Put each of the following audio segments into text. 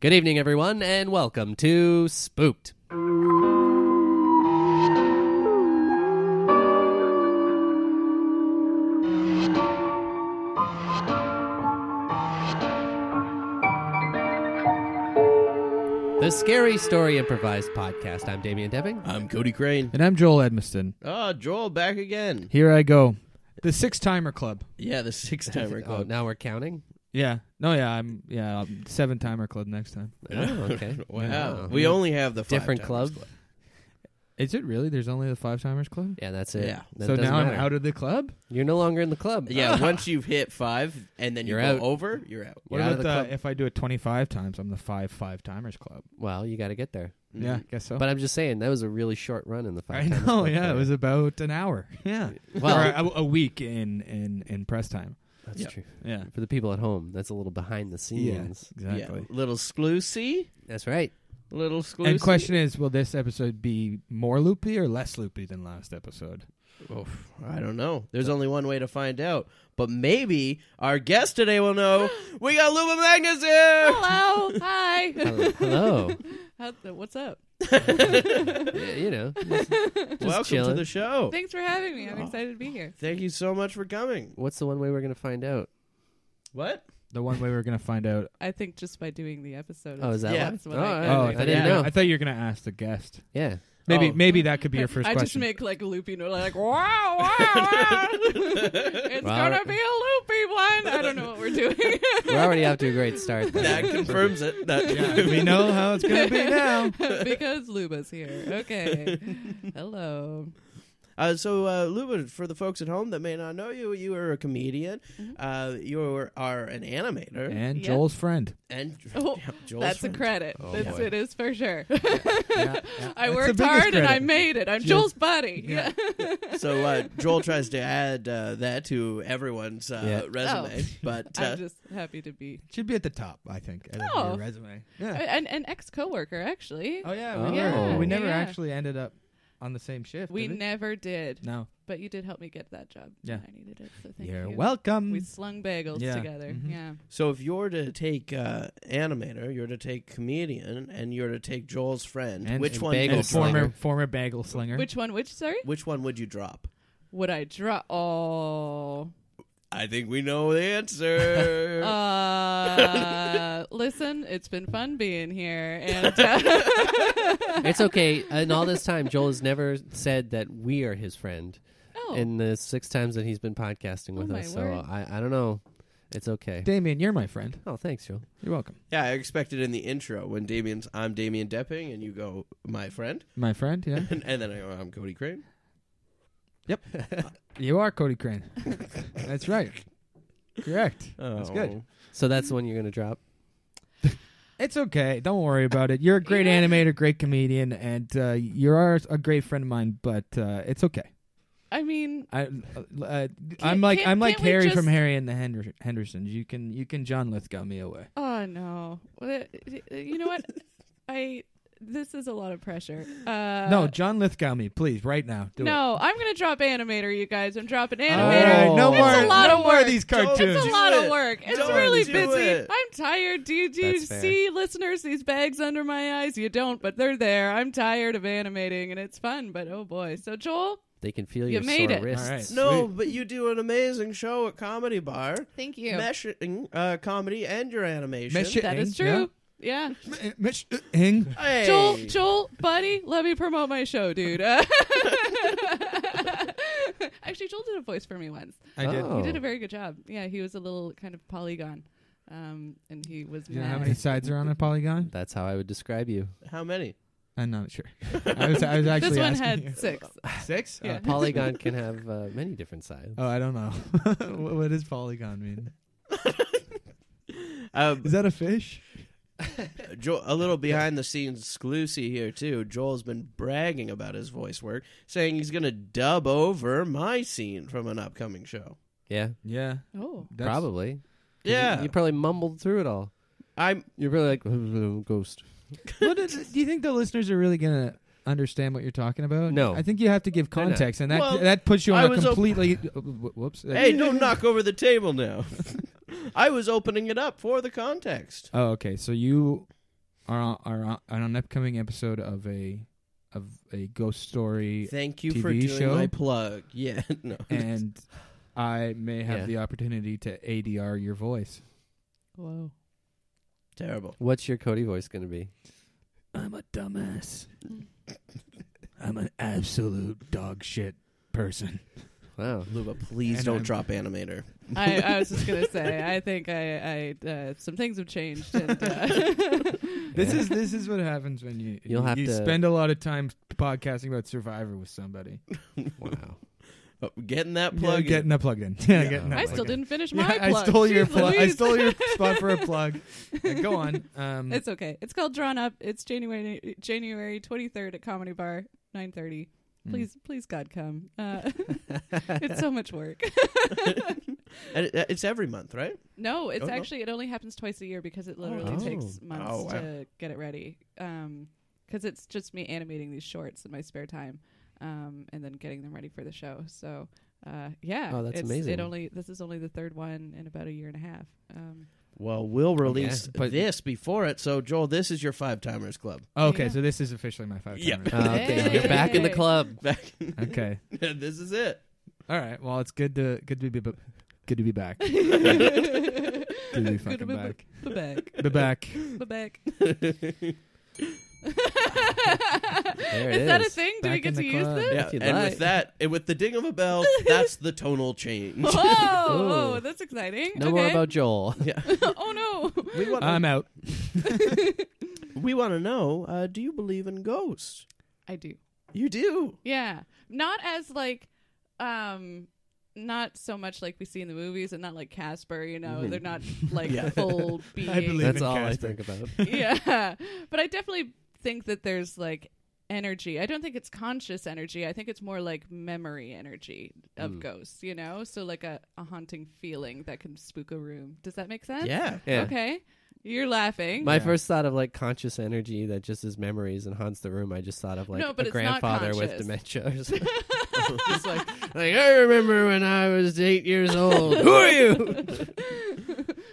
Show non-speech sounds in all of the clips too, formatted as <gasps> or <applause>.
Good evening, everyone, and welcome to Spooked. The Scary Story Improvised Podcast. I'm Damian Debbing. I'm Cody Crane. And I'm Joel Edmiston. Oh, Joel back again. Here I go. The six timer club. Yeah, the <laughs> six timer Oh, club. now we're counting. Yeah. No, yeah, I'm yeah, I'm seven timer club next time. Oh, <laughs> okay. Wow. Yeah. We only have the five Different timers club? Is it really? There's only the five timers club? Yeah, that's it. Yeah. That so doesn't now matter. I'm out of the club? You're no longer in the club. <laughs> Yeah, once you've hit five and then you You're go out. over, you're out. What You're out about of the, the club. if I do it twenty five times, I'm the five five timers club. Well, you got to get there. Yeah, I guess so. Mm-hmm. But I'm just saying that was a really short run in the five. I times uh, know, club yeah. for It you. was about an hour. Yeah. Well- or a, a week in, in in press time. That's Yeah. true. Yeah. For the people at home, that's a little behind the Yeah. scenes. Exactly. Mm-hmm. Yeah. Little sclusy. That's right. Little sclusy. And question is, will this episode be more loopy or less loopy than last episode? Oof, I don't know. There's only one way to find out. But maybe our guest today <gasps> will know. we got Luba Magnus here. <laughs> Hello. Hi. Hello. Hello. <laughs> How- What's up? Yeah, you know, just- just Welcome chilling. to the show. Thanks for having me. I'm Oh. excited to be here. Thank you so much for coming. What's the one way we're going to find out? What? The one way we're gonna find out. I think just by doing the episode. Oh, is that Yeah. one? That's what oh, I- all right. oh, I, I, thought you didn't were gonna- know. I thought you were gonna ask the guest. yeah. Maybe Oh. maybe that could be your first <laughs> I just question. <laughs> make like loopy noise, like wow, wow, wow. it's Wow. gonna be a loopy one. I don't know what <laughs> we're doing. We're already <laughs> off to a great start. though. <laughs> That confirms it. That <laughs> we know how it's gonna <laughs> be now. because Luba's here. Okay. Hello. Uh, so, uh, Luba, for the folks at home that may not know you, you are a comedian. Mm-hmm. Uh, you are, are an animator, And Yeah. Joel's friend. <laughs> and Oh, yeah, Joel's That's friend. a credit. Oh, That's, boy. it is for sure. <laughs> I the worked biggest hard and credit. I made it. I'm Just- Joel's buddy. Yeah. Yeah. So uh, Joel tries to add uh, that to everyone's uh, Yeah. resume, Oh. but uh, <laughs> I'm just happy to be Should be at the top, I think. of Oh. your resume. <laughs> Yeah. an, an ex coworker actually. Oh yeah, Oh. we never Yeah, we never yeah. actually ended up on the same shift. We did never did, No. but you did help me get that job. Yeah. I needed it. So thank You're you. welcome. We slung bagels Yeah. together. Mhm. Yeah. so if you're to take uh, animator, you're to take comedian, and you're to take Joel's friend, And- which and one? bagel would and you- slinger. former former bagel slinger. Which one? Which sorry? Which one would you drop? Would I draw? Oh. I think we know the <laughs> answer. <laughs> Uh, listen, it's been fun being here, and uh, <laughs> It's okay. And all this time, Joel has never said that we are his friend oh, in the six times that he's been podcasting with Oh, my us. So word. I, I don't know. It's okay. Damien, you're my friend. Oh, thanks, Joel. You're welcome. yeah, I expected in the intro when Damien's I'm Damien Depping, and you go my friend, My friend, <laughs> yeah. and, and then I go I'm Cody Crane. you are Cody <laughs> Crane. That's right. Correct. That's good. Oh. So that's the one you're going to drop. It's okay. Don't worry about it. You're a great animator, great comedian, and uh, you are a great friend of mine. But uh, it's okay. I mean, I, uh, uh, I'm like can't- I'm like can't we Harry just- from Harry and the Hender- Hendersons. You can you can John Lithgow me away. oh no, What- you know what? I this is a lot of pressure. Uh, no, John Lithgow me, please, right now. Do it. no, I'm gonna drop animator, you guys. I'm dropping All animator. right, Oh. no It's more a lot no of more of work. these Don't- it's cartoons. It's a Do lot it. of work. It's Don't really do busy. it. I'm tired. Do you, do you That's fair. see, listeners, these bags under my eyes? You don't, but they're there. I'm tired of animating, and it's fun, but oh boy. So, Joel, They can feel You your made sore it. wrists. All right. No, Sweet. but you do an amazing show at Comedy Bar, thank you. meshing uh, comedy and your animation. Mesh it. that is Yeah. true. Yeah. M- Mitch uh, Hing. Hey. Joel, Joel, buddy, let me promote my show, dude. <laughs> Actually, Joel did a voice for me once. I did. Oh. He did a very good job. Yeah, he was a little kind of polygon, um, and he was You know mad. how many sides are on a polygon? That's how I would describe you. How many? I'm not sure. I was, I was actually this one had asking six. you. six. Yeah. Oh. Polygon can have uh, many different sides. Oh, I don't know. <laughs> what, what does polygon mean? Um, Is that a fish? Joel, a little behind the scenes exclusive here too. Joel's been bragging about his voice work, saying he's going to dub over my scene from an upcoming show. Yeah, Yeah, Oh, <laughs> probably. 'Cause you- Yeah, you, probably mumbled through it all. <laughs> I'm. You're probably like ghost. What is- do you think the listeners are really gonna understand what you're talking about? No. I think you have to give They're not. context, and that Well, that puts you I on a was op- completely. wh- whoops. Hey, don't knock over the <laughs> table now. I was opening it up for the context. Oh, okay. So you are on, are on, on an upcoming episode of a of a ghost story, Thank you for TV doing show? my plug. <laughs> Yeah, no. and I may have Yeah. the opportunity to ADR your voice. Whoa. Terrible. What's your Cody voice going to be? I'm a <laughs> dumbass. I'm an absolute dog shit person. Wow. Luba, please And don't I'm- drop animator. I, I was just gonna say. <laughs> I think I, I uh, some things have changed. And, uh, <laughs> This is this is what happens when you You'll have you to- spend a lot of time podcasting about Survivor with somebody. Wow. Oh, getting that Yeah, plug. in. getting that plugged in. <laughs> Yeah, Yeah. getting that <laughs> I Oh plugged still in. didn't finish Yeah, my I plug. stole your Jeez plug. I Louise. stole your spot for a plug. Yeah, go on. Um, <laughs> It's okay. It's called Drawn Up. It's January January twenty third at Comedy Bar, nine thirty. mm. Please, please, God, come. <laughs> Uh, <laughs> it's so much work. And it- it's every month, right? No, it's Oh, no. actually it only happens twice a year because it literally Oh. takes months Oh, wow. to get it ready. Um 'cause because it's just me animating these shorts in my spare time, um, and then getting them ready for the show. So, uh, yeah, Oh, that's it's, amazing. It only this is only the third one in about a year and a half. <laughs> Um, <laughs> Well, we'll release but- this before it. So, Joel, this is your Five Timers Club. Oh, Okay, Yeah. so this is officially my five. Yeah. timer. Oh, okay. You're back in the Hey. club. <laughs> Back. <laughs> Okay. this is it. All right. Well, it's good to good to be b- good to be back. Good to be fucking back. back, <laughs> Be back. <laughs> Ba- back. There it is that a is. thing? Do we Back in get the to use club. this? Yeah, If and you'd with like. that, and with the ding of a <laughs> bell, that's the tonal <laughs> change. Whoa, whoa, <laughs> Ooh. that's exciting. No okay. more about Joel. <laughs> oh no. We want I'm out. we want to know. Uh, do you believe in ghosts? <laughs> I do. You do. Yeah. Not as like um not so much like we see in the movies and not like Casper, you know. They're not like Yeah. full beings. believe- That's in all I Casper. think about. <laughs> yeah. But I definitely think that there's like energy. I don't think it's conscious energy. I think it's more like memory energy of ghosts, you know? So like a, a haunting feeling that can spook a room. Does that make <laughs> sense? <laughs> Yeah. Yeah. Okay. You're laughing. My Yeah. first thought of like conscious energy that just is memories and haunts the room. I just thought of like No, but a it's not grandfather with conscious. dementia. Or <laughs> something. It's like, like I remember when I was eight years <laughs> old. Who are you?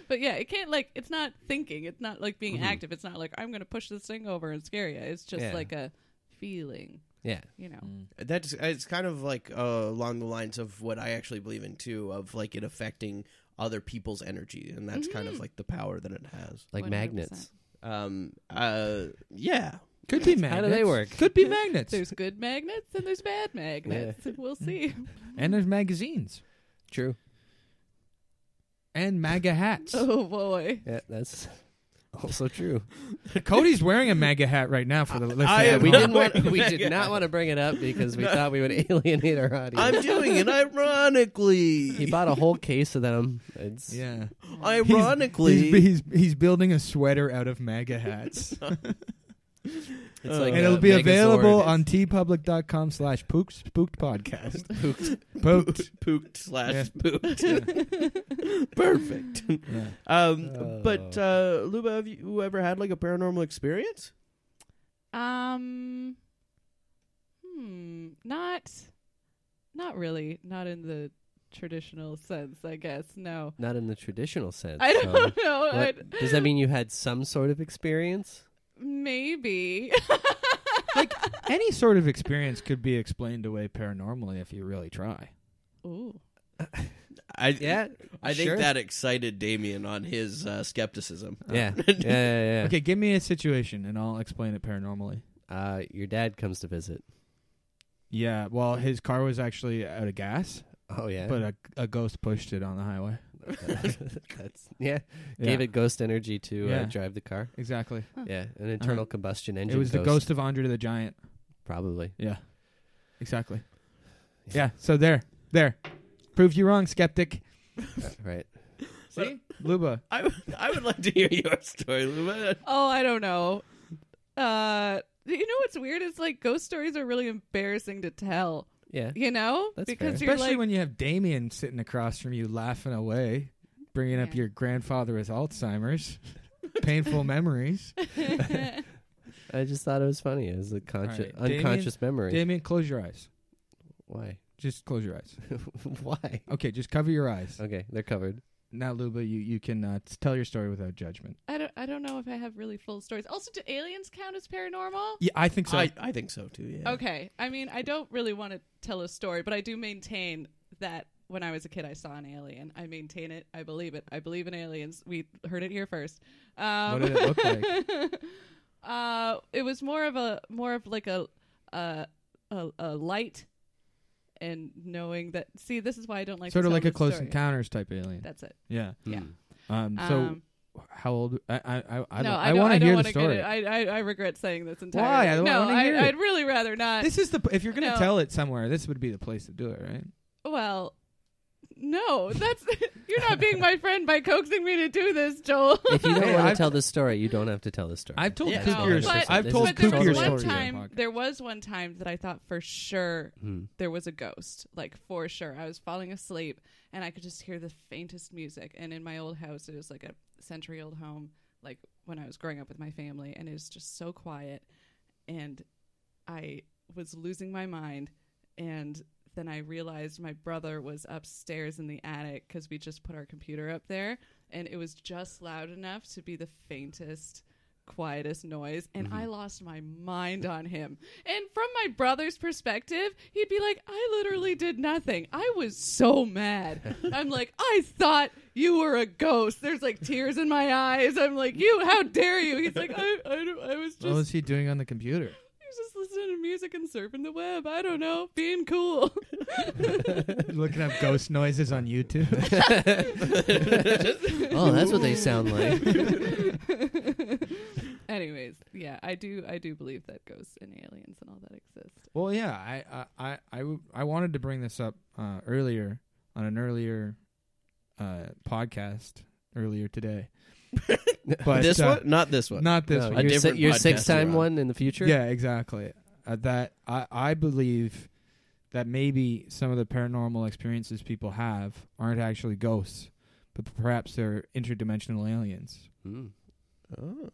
But yeah, it can't like it's not thinking. It's not like being active. It's not like I'm going to push this thing over and scare you. It's just Mm-hmm. Yeah. Mm. like a feeling, Yeah, you know. That's it's kind of like uh, along the lines of what I actually believe in too, of like it affecting other people's energy, and that's kind Mm-hmm. of like the power that it has. like 100%. magnets. Um. Uh. Yeah. Could <laughs> be magnets. How do they work? Could be magnets. There's good magnets and there's bad magnets. <laughs> We'll see. <laughs> and there's magazines True. and MAGA hats. Oh boy. Yeah, that's <laughs> also true. Cody's wearing a MAGA hat right now for the listeners. I- Yeah, at we home. didn't <laughs> want. We did not want to bring it up because we thought we would <laughs> alienate our audience. I'm doing it he ironically. bought a whole case of them. It's Yeah. He's- Ironically, he's, he's he's building a sweater out of MAGA hats. <laughs> it's like Uh, and a it'll be Megazord. available on tpublic.com slash pooked spooked podcast pooked pooked slash Yeah. pooked. <laughs> Perfect. Yeah. Um, Oh. But uh, Luba, have you ever had like a paranormal experience? Um hmm, not not really, not in the traditional sense, I guess. No. Not in the traditional sense. I um, don't <laughs> know. I, what- does that mean you had some sort of experience? <laughs> maybe. any sort of experience could be explained away paranormally if you really try <laughs> Ooh. I Yeah, I think sure. that excited Damien on his uh, skepticism. <laughs> Yeah, yeah, yeah. yeah. okay give me a situation and i'll explain it paranormally Uh, your dad comes to visit. yeah well his car was actually out of gas Oh yeah, but a, a ghost pushed it on the highway <laughs> that's yeah. Yeah, Gave it ghost energy to uh, Yeah. drive the car. exactly Yeah, Uh-huh. an internal combustion engine. it was the ghost of andre the giant <laughs> probably. yeah exactly yeah so there there proved you wrong skeptic Uh, right. see luba I would- I would like to hear your story, Luba. Oh, I don't know. Uh, you know what's weird is like ghost stories are really embarrassing to tell. Yeah. You know, That's because fair. you're Especially like, when you have Damien sitting across from you laughing away, bringing up Yeah. your grandfather with Alzheimer's, <laughs> painful memories. I just thought it was funny. It was a conscious, Alright, Damien- unconscious memory. Damien, close your eyes. Why? <laughs> Just close your eyes. Why? Okay, just cover your eyes. Okay, they're covered. Now, Luba, you you can uh, t- tell your story without judgment. <laughs> I don't. I don't know if I have really full stories. Also, do aliens count as paranormal? Yeah, I think so. I, I think so too. Yeah. Okay. I mean, I don't really want to tell a story, but I do maintain that when I was a kid, I saw an alien. I maintain it. I believe it. I believe in aliens. We heard it here first. Um, What did it <laughs> look uh, it was more of a more of like a a, a, a light, and knowing that. See, this is why I don't like sort to of tell like a this close story. encounters type alien. That's it. yeah. Hmm. Yeah. Um. So Um, how old? I I I, I, no, don't- I, I don't- want to hear don't the wanna get story. it. I, I I regret saying this entirely. Why? I don't no, wanna hear it. I, I'd really rather not. this is the p- if you're gonna No. tell it somewhere, this would be the place to do it, right? Well, no, that's <laughs> you're not being my friend by coaxing me to do this, Joel. <laughs> If you Hey, don't want I've- to tell the story, you don't have to tell the story. I've told Yeah. kookier No, stories. but- I've this told is but there kookier was totally one stories. on time. podcast. There was one time that I thought for sure Hmm. there was a ghost, like for sure. I was falling asleep and I could just hear the faintest music. And in my old house, it was like a century old home, like when I was growing up with my family, and it was just so quiet. And I was losing my mind. And then I realized my brother was upstairs in the attic because we just put our computer up there. And it was just loud enough to be the faintest, quietest noise. And I lost my mind on him. And from my brother's perspective, he'd be like, I literally did nothing. I was so mad. I'm like, I thought you were a ghost. There's like tears in my eyes. I'm like, you, how dare you? He's like, I, I, don't- I was What just was he doing on the computer? he was just listening to music and surfing the web. I don't know, being cool. <laughs> <laughs> Looking up ghost noises on YouTube. Oh, that's what they sound like. Anyways, yeah, I do. I do believe that ghosts and aliens and all that <laughs> exist. Well, yeah, I I I I, w- I wanted to bring this up uh, earlier on an earlier uh, podcast earlier today, <laughs> but this uh, one, not this one. not <laughs> this No, one. your si- different your podcast sixth time you're on. one in the future. Yeah, exactly. Uh, that I I believe that maybe some of the paranormal experiences people have aren't actually ghosts, but perhaps they're interdimensional aliens. Mm. Oh.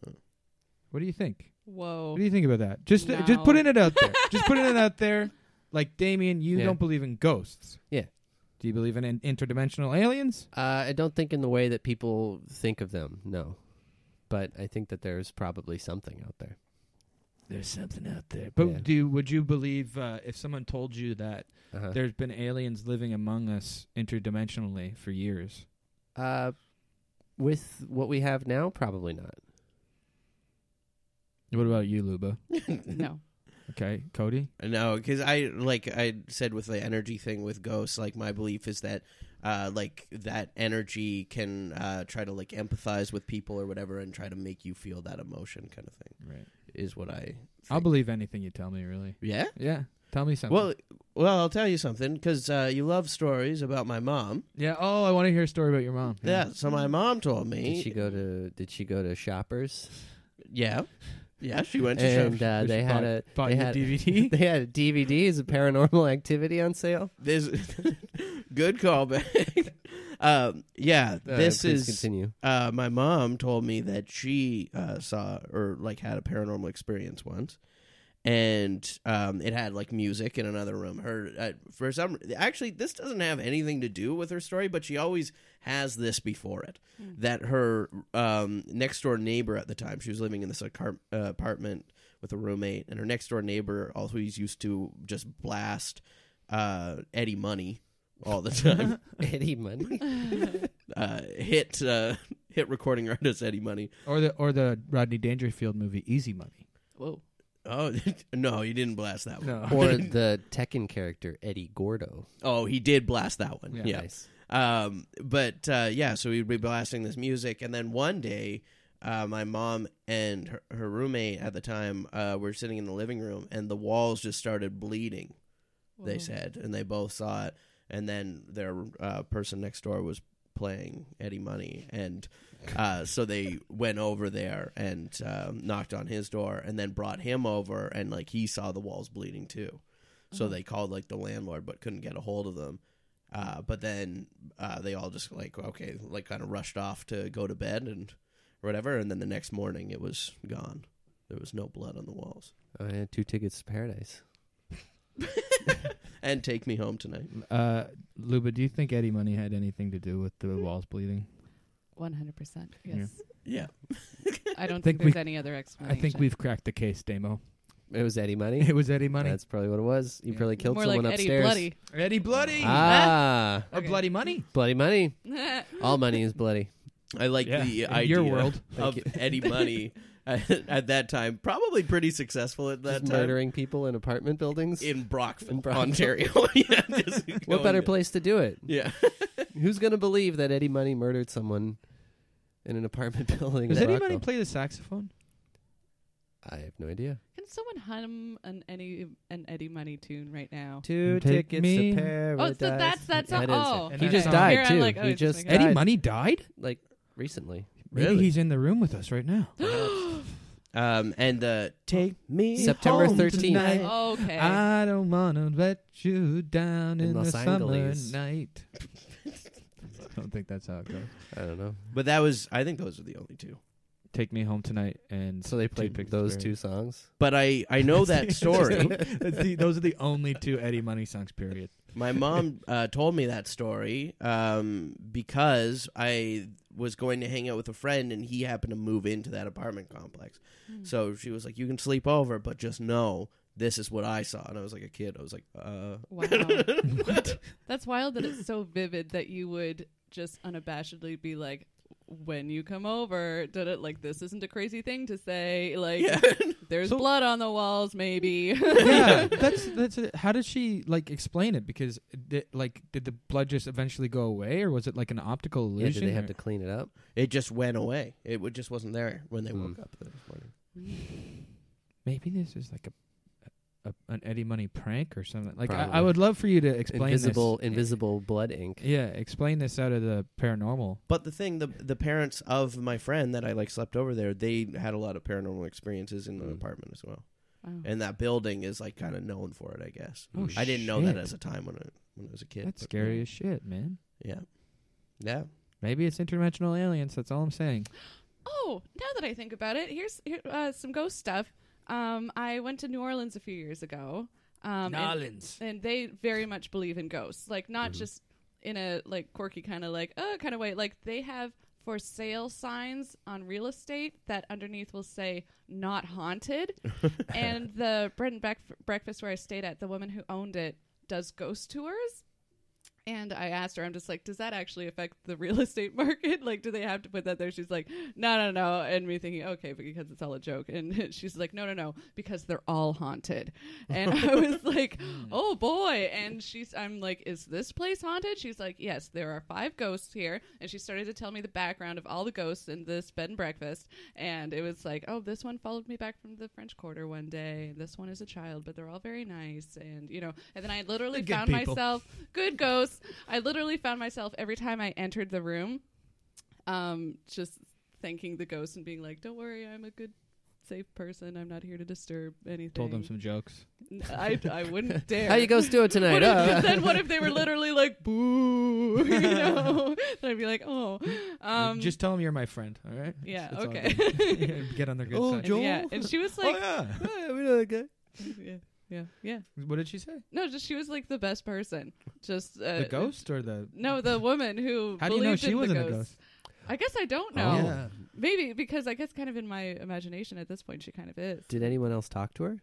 What do you think? Whoa. What do you think about that? Just just No. putting it out there. just putting <laughs> it out there. Like Damien, you Yeah. don't believe in ghosts. Yeah. Do you believe in, in interdimensional aliens? Uh, I don't think in the way that people think of them. No, but I think that there's probably something out there. There's something out there. But Yeah. do would you believe uh, if someone told you that Uh-huh. there's been aliens living among us interdimensionally for years? Uh, with what we have now, probably not. What about you, Luba? <laughs> No. Okay, Cody. <laughs> No, because I like I said with the energy thing with ghosts, like my belief is that uh like that energy can uh try to like empathize with people or whatever and try to make you feel that emotion kind of thing Right. is what I I'll believe anything you tell me. Really. Yeah? Yeah. Tell me something. Well well, I'll tell you something cuz uh you love stories about my mom. yeah. Oh, I want to hear a story about your mom. Yeah, so my mom told me Did she go to Did she go to Shoppers? Yeah. <laughs> Yeah, she went to and show. uh, Just they bought- had a bought they your had <laughs> DVD? they had a DVD as a Paranormal Activity on sale. This <laughs> good callback. <laughs> um yeah, Uh, this please is <laughs> continue. uh, my mom told me that she uh, saw or like had a paranormal experience once, and um, it had like music in another room. Her uh, for some actually this doesn't have anything to do with her story, but she always has this before it that her um, next door neighbor at the time she was living in this acar- uh, apartment with a roommate, and her next door neighbor always used to just blast uh, Eddie Money all the time Eddie Money. uh, hit uh, hit recording artist Eddie Money. Or the or the Rodney Dangerfield movie Easy Money. Whoa. Oh <laughs> no, you didn't blast that one. No. <laughs> or the Tekken character Eddie Gordo. Oh, he did blast that one. Yeah. Yeah. Nice. Um, but uh, yeah, so we'd be blasting this music, and then one day, uh, my mom and her, her roommate at the time uh, were sitting in the living room, and the walls just started bleeding. Whoa. They said, and they both saw it, and then their uh, person next door was playing Eddie Money, and uh, so they went over there and um, knocked on his door, and then brought him over, and like he saw the walls bleeding too, so they called like the landlord, but couldn't get a hold of them. Uh, but then uh, they all just like okay, like kind of rushed off to go to bed and whatever, and then the next morning it was gone. There was no blood on the walls. Oh, I had two tickets to paradise. and take me home tonight. Uh, Luba, do you think Eddie Money had anything to do with the walls bleeding? <laughs> One hundred percent. Yeah. Yes. Yeah. I don't Think think, we- there's any other I explanation. think we've cracked the case, Damo. It was Eddie Money. It was Eddie Money. That's probably what it was. You Yeah. probably killed more someone like upstairs. Eddie Eddie Bloody Ah, or Okay. Bloody Money. bloody money. Bloody. All money is bloody. I like Yeah, the in idea <laughs> your world. of Eddie Money at, at that time. Probably pretty successful at that Just time murdering people in apartment buildings. in Brockville, In Brockville. Ontario. <laughs> yeah, just what going- better place to do it? Yeah. Who's gonna believe that Eddie Money murdered someone in an apartment <laughs> building? Does in Eddie Money Brockville? play the saxophone? I have no idea. Can someone hum an Eddie an Eddie Money tune right now? Two Take tickets to me- Oh, so paradise. Oh, so that's that's Yeah, not. it is. Oh, And He that's just all. Here died I'm too. like, oh, he it's just just like- died Eddie Money died. like recently. Maybe Really? he's in the room with us right now. Um, and the take me September home 13th. tonight. Okay. I don't wanna let you down In in, the Los Angeles. summer <laughs> night. I don't think that's how it goes. I don't know. But that was, I think those are the only two. Take me home tonight, and So they Two played Picks those Berry. two songs. But I, I know <laughs> that story. That's the- those are the only two Eddie Money songs. Period. My mom uh, told me that story um, because I was going to hang out with a friend and he happened to move into that apartment complex. So she was like, You can sleep over, but just know this is what I saw. And I was like, A kid. I was like, Uh. Wow. <laughs> That's wild that it's so vivid that you would just unabashedly be like, when you come over, did it like this isn't a crazy thing to say. Like <laughs> there's So- blood on the walls, maybe. yeah, <laughs> that's that's. It. How did she like explain it? Because di- like, did the blood just eventually go away, or was it like an optical Yeah, illusion? did they have or- to clean it up? It just went away. It would, just wasn't there when they Mm. Hmm. woke up this morning. Maybe this is like a, a an Eddie Money prank or something. Like, I, I Probably. would love for you to explain this. invisible, invisible blood ink. Yeah, explain this out of the paranormal. But the thing, the the parents of my friend that I like slept over there, they had a lot of paranormal experiences in the Hmm. Mm. apartment as well. Wow. And that building is like kind of known for it, I guess. Oh, I didn't know that shit. as a time when I when I was a kid. That's but- scary as shit, man. Yeah. Yeah. Maybe it's interdimensional aliens. That's all I'm saying. Oh, now that I think about it, here's here, uh, some ghost stuff. Um, I went to New Orleans a few years ago. Um, and, and they very much believe in ghosts, like not just in a like quirky kind of like uh kind of way. Like they have for sale signs on real estate that underneath will say "not haunted," and the bread and Breakf breakfast where I stayed at, the woman who owned it does ghost tours. And I asked her, I'm just like, does that actually affect the real <laughs> estate market? Like, do they have to put that there? She's like, no, no, no. And me thinking, okay, because it's all a joke. And <laughs> she's like, no, no, no, because they're all haunted. And <laughs> I was like, oh boy. And she's, I'm like, is this place haunted? She's like, yes, there are five ghosts here. And she started to tell me the background of all the ghosts in this bed and breakfast. And it was like, oh, this one followed me back from the French Quarter one day. And this one is a child, but they're all very nice. And, you know, and then I literally They're good found people. myself, good ghosts. I literally found myself every time I entered the room, um, just thanking the ghost and being like, don't worry, I'm a good. Safe person. I'm not here to disturb anything. Told them some jokes. N- I, I <laughs> wouldn't dare. How you guys <laughs> doing What tonight? if, Uh, then what if <laughs> they were literally like boo? <laughs> You know, then I'd be like, oh, um, Just tell them you're my friend. All right. yeah, That's all okay. <laughs> good. Get on their good Oh, side. and, yeah, and she was like, <laughs> oh yeah. yeah, we know that guy. yeah, yeah, yeah. What did she say? No, just she was like the best person. Just uh, The ghost or the? No, the woman who How do you believed know she in wasn't the a ghost. ghost? I guess I don't know. Oh. Yeah. Maybe because I guess kind of in my imagination at this point she kind of is. Did anyone else talk to her?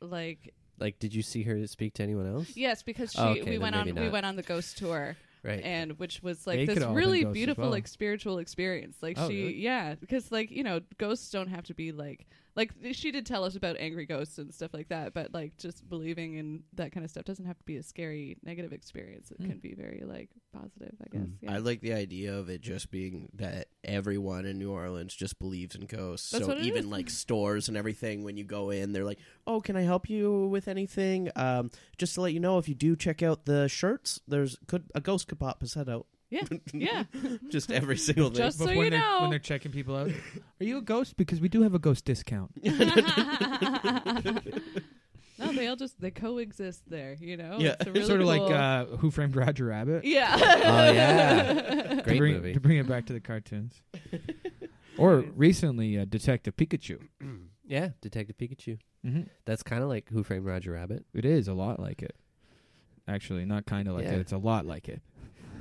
Like Like, did you see her speak to anyone else? yes, because she Oh, okay, we then went on maybe we not. went on the ghost tour. Right. and which was They like could this all have been really ghosts as beautiful well. like spiritual experience like Oh, she really? yeah because like you know ghosts don't have to be like like th- she did tell us about angry ghosts and stuff like that but like just believing in that kind of stuff doesn't have to be a scary negative experience it Mm. can be very like positive i guess Mm. yeah. I like the idea of it just being that everyone in New Orleans just believes in ghosts. That's so what it even is. like stores and everything, when you go in, they're like, "Oh, can I help you with anything?" Um, just to let you know, if you do check out the shirts, there's could a ghost could pop his head out. <laughs> yeah yeah Just every single thing. Just so But you when they're, know when they're checking people <laughs> out, are you a ghost? Because we do have a ghost discount. <laughs> no they all just they coexist there you know Yeah. Oh, it's a really sort of like cool- uh, Who Framed Roger Rabbit. yeah oh yeah, to great bring, movie. <laughs> To bring it back to the cartoons. or recently, uh, Detective Pikachu. Yeah, Detective Pikachu. Mm-hmm. That's kind of like Who Framed Roger Rabbit. It is a lot like it. Actually, not kind of like Yeah. it. It's a lot like it.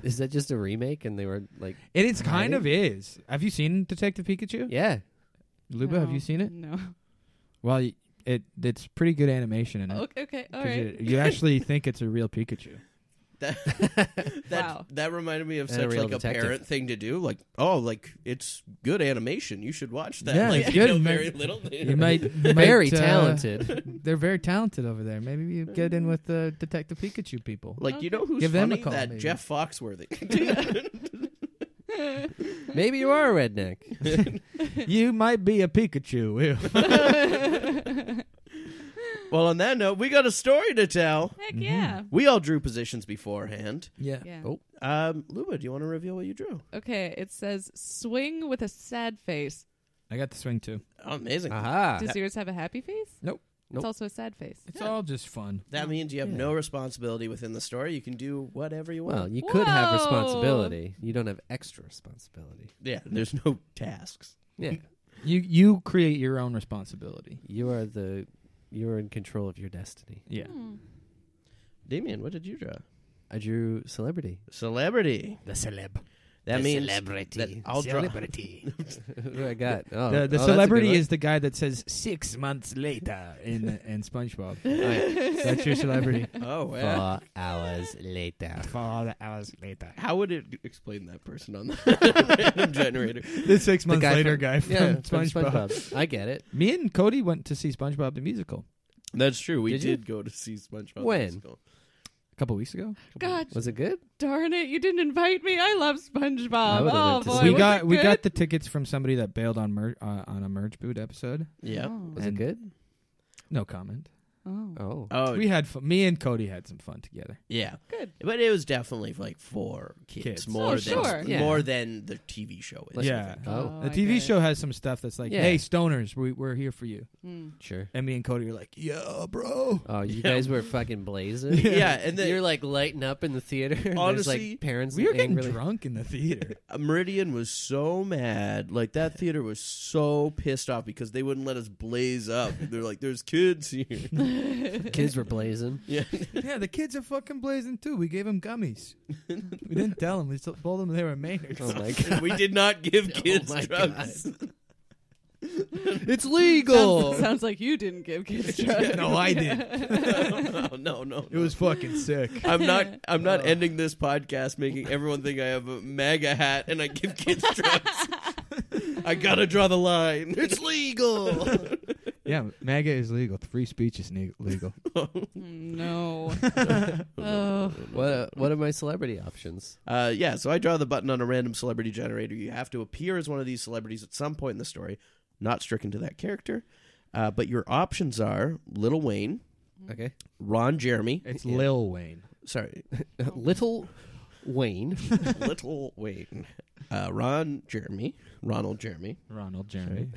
Is that just a remake? And they were like, It is kind kind of is. Have you seen Detective Pikachu? yeah, Luba, have you seen it? <laughs> No. <laughs> Well, y- it it's pretty good animation in it. Okay. okay all 'Cause right. it- you actually <laughs> think it's a real Pikachu. <laughs> <laughs> That that Wow. that reminded me of And a such real like detective. a parent thing to do. Like, oh, like it's good animation. You should watch that. Yeah, like, it's you good. know You very might- little. You might, you very might, uh, <laughs> talented. They're very talented over there. Maybe you get in with the Detective Pikachu people. like you know who's Give them funny? a call, that maybe. Jeff Foxworthy. <laughs> Maybe you are a redneck. <laughs> you might be a Pikachu. well, on that note, we got a story to tell. <laughs> Heck yeah. Mm-hmm. We all drew positions beforehand. yeah. Yeah. Oh. Um, Luba, do you want to reveal what you drew? Okay. It says swing with a sad face. I got the swing too. Oh, amazing. Aha. Does yours have a happy face? Uh, Nope. Nope. It's also a sad face. It's all just fun. That means you have Yeah. no responsibility within the story. You can do whatever you want. Well, you could have Whoa. responsibility. You don't have extra responsibility. yeah, there's no tasks. Yeah, You you create your own responsibility. you are the you are in control of your destiny. Yeah. Hmm. Damien, what did you draw? I drew celebrity. Celebrity. The celeb. That The means celebrity. that I'll draw. Celebrity. <laughs> That's what I got. Oh, the the oh, celebrity is the guy that says six months later <laughs> in in SpongeBob. That's your <laughs> celebrity. Oh Four wow. hours later. Four hours later. How would it explain that person on the random generator? The six months later from- guy from, <laughs> yeah, SpongeBob. I get it. Me and Cody went to see SpongeBob the musical That's true. We Did did, you? go to see SpongeBob. When? Musical. a couple weeks ago. God Was it good? darn it! You didn't invite me. I love SpongeBob. I would've oh lived to boy, see it. we was got it we good? got the tickets from somebody that bailed on mer- uh, on a merge boot episode. Yeah. Oh. Was it And- good? No comment. Oh. Oh, Oh We had fun. me and Cody had some fun together. yeah. Good. But it was definitely like for kids, Kids. more Oh, than sure. Yeah. more than the TV show is. Yeah. Oh. the I TV get show has some stuff that's like, Yeah. "Hey, stoners, we, we're here for you." it. Hmm. sure. And me and Cody are like, "Yeah, bro." Oh, you Yeah. guys were fucking blazing. Yeah, and then You're like lighting up in the theater. and there's Honestly, like parents We were getting angrily. drunk in the theater. Uh, Meridian was so mad. Like that <laughs> theater was so pissed off because they wouldn't let us blaze up. They're like, "There's kids here." <laughs> <laughs> Kids were blazing. yeah. yeah, the kids are fucking blazing too. We gave them gummies. we didn't tell them. We just told them they were Maynards. Oh my god. We did not give <laughs> Oh kids my drugs. <laughs> <laughs> it's Sounds, legal. sounds like you didn't give <laughs> kids drugs. no, I didn't. no, <laughs> no, no. It was fucking sick. I'm not. <laughs> I'm Oh. not ending this podcast making everyone think I have a MAGA hat and I give kids <laughs> drugs. I gotta draw the line. <laughs> It's legal. Yeah, MAGA is legal. Free speech is ne- <laughs> legal. <laughs> no. oh. <laughs> What uh, what are my celebrity options? <laughs> Uh, yeah, so I draw the button on a random celebrity generator. You have to appear as one of these celebrities at some point in the story, not stricken to that character. Uh, but your options are Little Wayne, Okay. Ron Jeremy. It's Yeah. Lil Wayne. Sorry, <laughs> Little Wayne. Little Wayne. Uh, Ron Jeremy, Ronald Jeremy, Ronald Jeremy.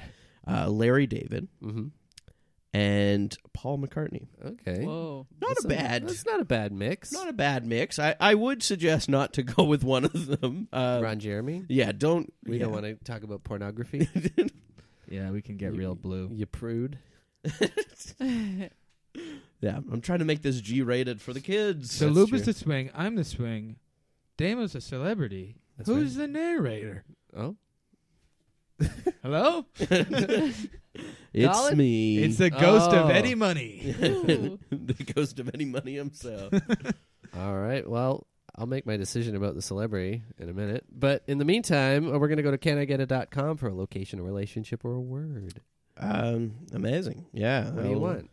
uh, Larry David, hmm and Paul McCartney. Okay. <laughs> Whoa. Not That's a bad. That's not a bad mix. Not a bad mix. I, I would suggest not to go with one of them. Uh, Ron Jeremy. Yeah, don't. We don't want to talk about pornography. <laughs> Yeah, we can get real blue. you prude. Yeah, I'm trying to make this G-rated for the kids. So That's Loop is true. the swing. I'm the swing. Damo's a celebrity. That's Who's the narrator? Oh, Hello? It's Colin? me. It's the ghost Oh. of Eddie Money. Ooh. the ghost of any money himself. all right. Well, I'll make my decision about the celebrity in a minute. But in the meantime, uh, we're going to go to canigetit.com for a location, a relationship, or a word. <laughs> um, amazing. Yeah. What do you I'll- want?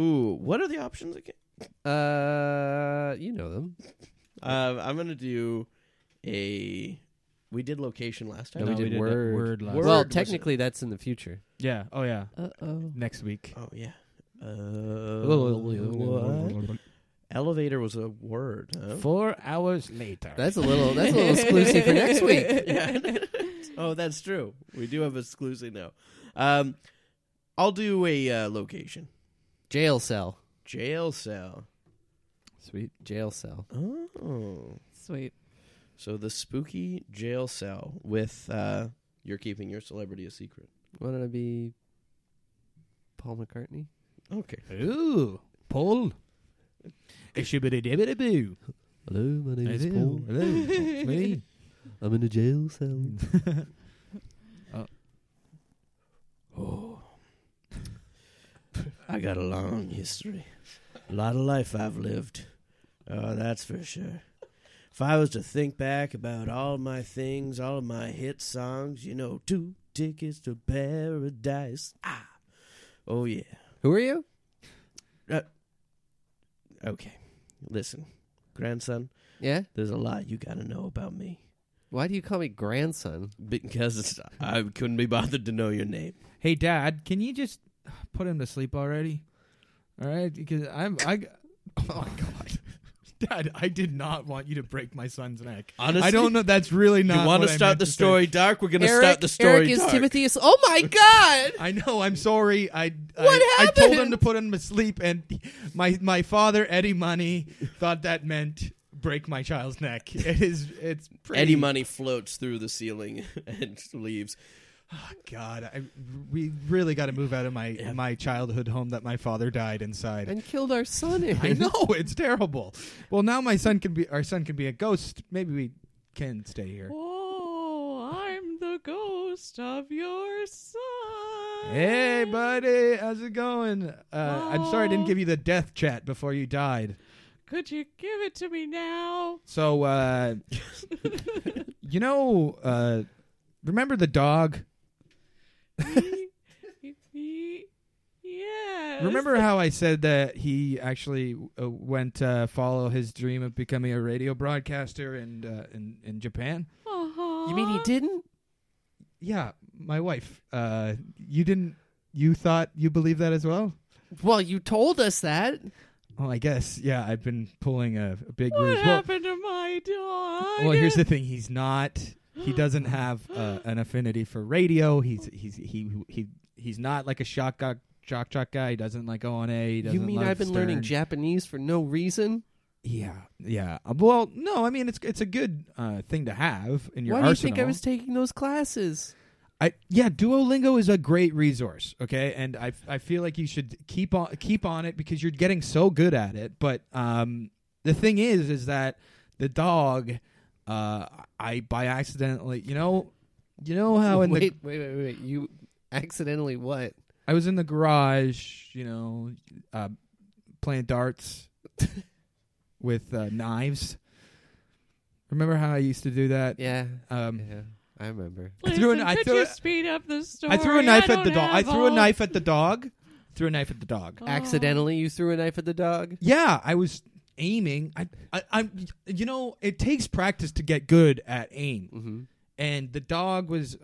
Ooh, what are the options again? Uh, you know them. Um, I'm gonna do a. We did location last time. No, we did word. last. Word well, was it? technically, that's in the future. Yeah. Oh yeah. Uh oh. Next week. Oh yeah. oh, Uh, elevator was a word. Huh? Four hours later. That's a little. That's a little exclusive for next week. <laughs> <laughs> Yeah. oh, that's true. We do have exclusive now. Um, I'll do a uh, location. Jail cell. Jail cell. sweet. Jail cell. Oh. Sweet. So the spooky jail cell with uh you're keeping your celebrity a secret. Why don't I be Paul McCartney? Okay. Ooh, Paul. Exhibitaboo. Hello, my name is Paul. Hello, <laughs> it's me. I'm in a jail cell. Oh. <laughs> I got a long history. A lot of life I've lived. Oh, that's for sure. If I was to think back about all my things, all of my hit songs, you know, two tickets to paradise. Ah. Oh, yeah. Who are you? Okay. Listen, grandson, Yeah. there's a lot you got to know about me Why do you call me grandson? because it's, I couldn't be bothered to know your name. Hey, Dad, can you just put him to sleep already? All right, because I'm. I, <laughs> oh my God, Dad, I did not want you to break my son's neck. Honestly, I don't know. That's really not. You want what to I start meant the say. story dark? We're going to Eric, start the story Eric is dark. Timothy. Is, oh my <laughs> God! I know. I'm sorry. I What I, I told him happened? to put him to sleep, and my my father Eddie Money thought that meant break my child's neck. It is. It's pretty, Eddie Money floats through the ceiling <laughs> and leaves. God, I, we really got to move out of my my childhood home that my father died inside. And killed our son. Aaron. <laughs> I know it's terrible. Well, now my son can be our son can be a ghost. Maybe we can stay here. Oh, I'm the ghost of your son. Hey, buddy, how's it going? Uh, I'm sorry I didn't give you the death chat before you died. Could you give it to <laughs> me now? So, uh, you know, uh, remember the dog? yes. Remember how I said that he actually uh, went uh, follow his dream of becoming a radio broadcaster in uh, in in Japan? Uh-huh. You mean he didn't? Yeah, my wife. Uh, you didn't. You thought you believed that as well? Well, you told us that. Oh, I guess. Yeah, I've been pulling a, a big What ruse. Well, happened to my dog? well, Oh, here's the thing. He's not. <gasps> He doesn't have uh, an affinity for radio. He's he's he he he's not like a shock guy, shock shock guy. He doesn't like O and A. You mean I've been learning Japanese for no reason? Yeah, yeah. Uh, Well, no. I mean, it's it's a good uh, thing to have in your Why do arsenal. you think I was taking those classes? I yeah, Duolingo is a great resource. Okay, and I I feel like you should keep on keep on it because you're getting so good at it. But um, the thing is, is that the dog, uh, I by accidentally, you know, you know how in Oh, the wait, wait, wait, wait, wait. You accidentally what? I was in the garage, you know, uh, playing darts <laughs> with uh, knives. Remember how I used to do that? Yeah. Um, Yeah. I remember. I Listen, threw an- I could threw you a- speed up the story? I threw a knife at don't the dog. I have threw a all- knife at the dog. Threw a knife at the dog. Oh. Accidentally you threw a knife at the dog? Yeah, I was aiming. I, I, I'm. You know, it takes practice to get good at aim. Mhm. And the dog was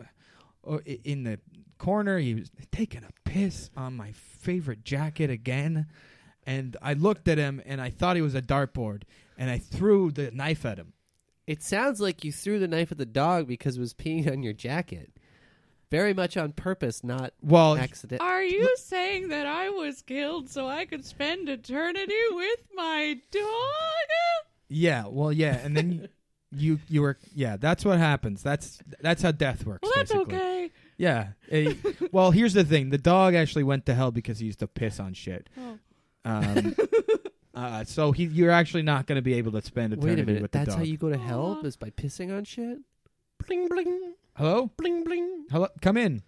uh, i- in the corner. He was taking a piss on my favorite jacket again. And I looked at him, and I thought he was a dartboard. And I threw the knife at him. It sounds like you threw the knife at the dog because it was peeing on your jacket. Very much on purpose, not Well, accident. Are you saying that I was killed so I could spend eternity with my dog? yeah, well, yeah. And then you, you were, yeah. That's what happens. That's that's how death works. Well, that's basically. okay. Yeah. Eh, well, here's the thing: the dog actually went to hell because he used to piss on shit. Oh. Um, uh, so he, you're actually not going to be able to spend eternity Wait a minute. with the That's dog. how you go to hell Aw. is by pissing on shit? Bling bling. Hello, Bling bling. <laughs> hello, come in.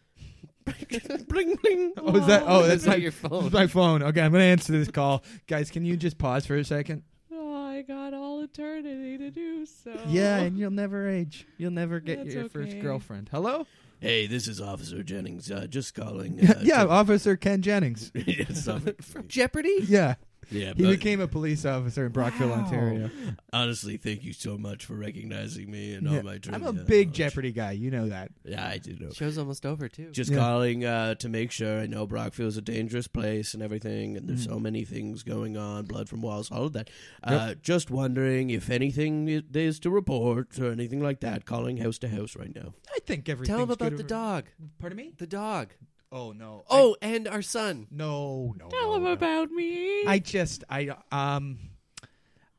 bling bling. Oh, is that? Oh, that's not my your This phone. is my phone. Okay, I'm going to answer this call, guys. Can you just pause for a second? Oh, I got all eternity to do so. Yeah, and you'll never age. You'll never get That's your first okay. girlfriend. Hello. Hey, this is Officer Jennings. Uh, just calling. Uh, <laughs> <laughs> yeah, to- Officer <laughs> Ken Jennings. Yes, <laughs> um, Jeopardy? Yeah, yeah, he but became a police officer in Brockville, Wow. Ontario. honestly, thank you so much for recognizing me and Yeah, all my dreams. I'm a big Jeopardy guy. You know that. Yeah, I do know. Show's almost over too. Just Yeah. calling uh, to make sure I know Brockville's a dangerous place and everything, and Mm. there's so many things going on, blood from walls, all of that. Uh, Just wondering if anything i- is to report or anything like that. Calling house to house right now. I think everything. Tell him about the dog. Pardon me. The dog. Oh no. I- Oh, and our son. No, no. Tell no, him no. about me. I just, I, um,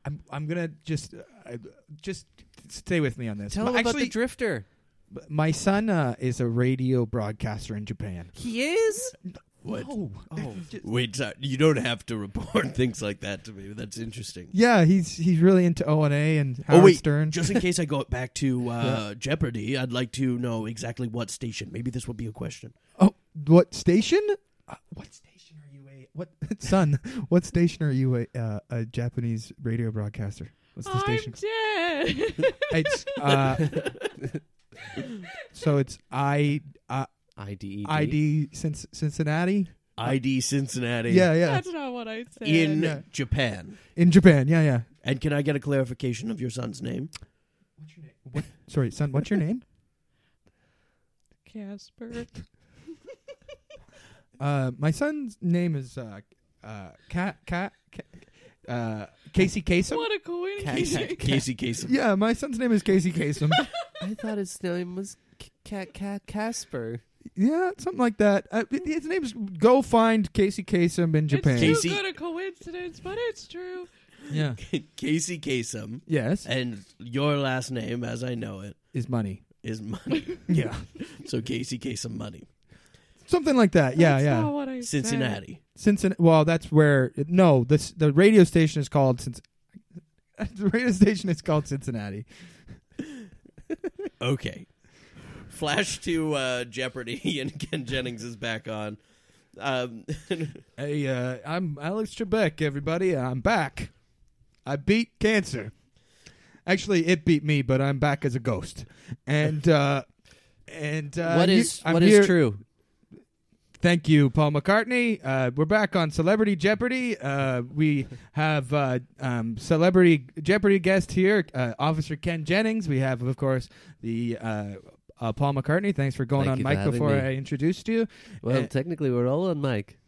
I'm, I'm gonna just, uh, just stay with me on this. Tell him about Actually, the drifter. my son uh, is a radio broadcaster in Japan. <laughs> He is? What? Oh, oh. Wait, so- you don't have to report <laughs> things like that to me. That's interesting. yeah, he's he's really into O and A and Howard oh wait, Stern. just in case I go back <laughs> to uh, Jeopardy, I'd like to know exactly what station. Maybe this will be a question. oh, what station? Uh, what station are you a? What <laughs> son? What station are you a? Uh, a Japanese radio broadcaster. What's the I'm station? dead. <laughs> It's uh, so it's I uh, IDE. ID Cin- Cincinnati. ID Cincinnati. <laughs> Yeah, yeah. <laughs> That's not what I said. In Yeah. Japan. In Japan. Yeah, yeah. And can I get a clarification of your son's name? What's your name? What? Sorry, son. What's your name? <laughs> Casper. Uh, my son's name is uh, uh, Cat Cat. Uh, Casey Kasem. what a <laughs> coincidence. <laughs> Casey Kasem. Yeah, my son's name is Casey Kasem. <laughs> I thought his name was Cat Cat Casper. yeah, something like that. Uh, his name's Go Find Casey Kasem in Japan. Casey- It's too good a coincidence, but it's true. yeah. <laughs> Casey Kasem. Yes, And your last name, as I know it, is money. is money. <laughs> Yeah, so Casey Kasem money. something like that. Yeah, That's yeah. Not what I said. <laughs> Cincinnati. Cincinnati. Well, that's where. No, this the radio station is called since. <laughs> The radio station is called Cincinnati. Okay. Flash to uh, Jeopardy, <laughs> and Ken Jennings is back on. Um, Hey, uh, I'm Alex Trebek, everybody. I'm back. I beat cancer. Actually, it beat me, but I'm back as a ghost. And uh, and uh, what you- is I'm what is here- true? Thank you, Paul McCartney. Uh, we're back on Celebrity Jeopardy. Uh, we have uh, um, Celebrity Jeopardy guest here, uh, Officer Ken Jennings. We have, of course, the uh, uh, Paul McCartney. Thanks for going Thank you on for mic having before me. I introduced you. Well, Uh, technically, we're all on mic.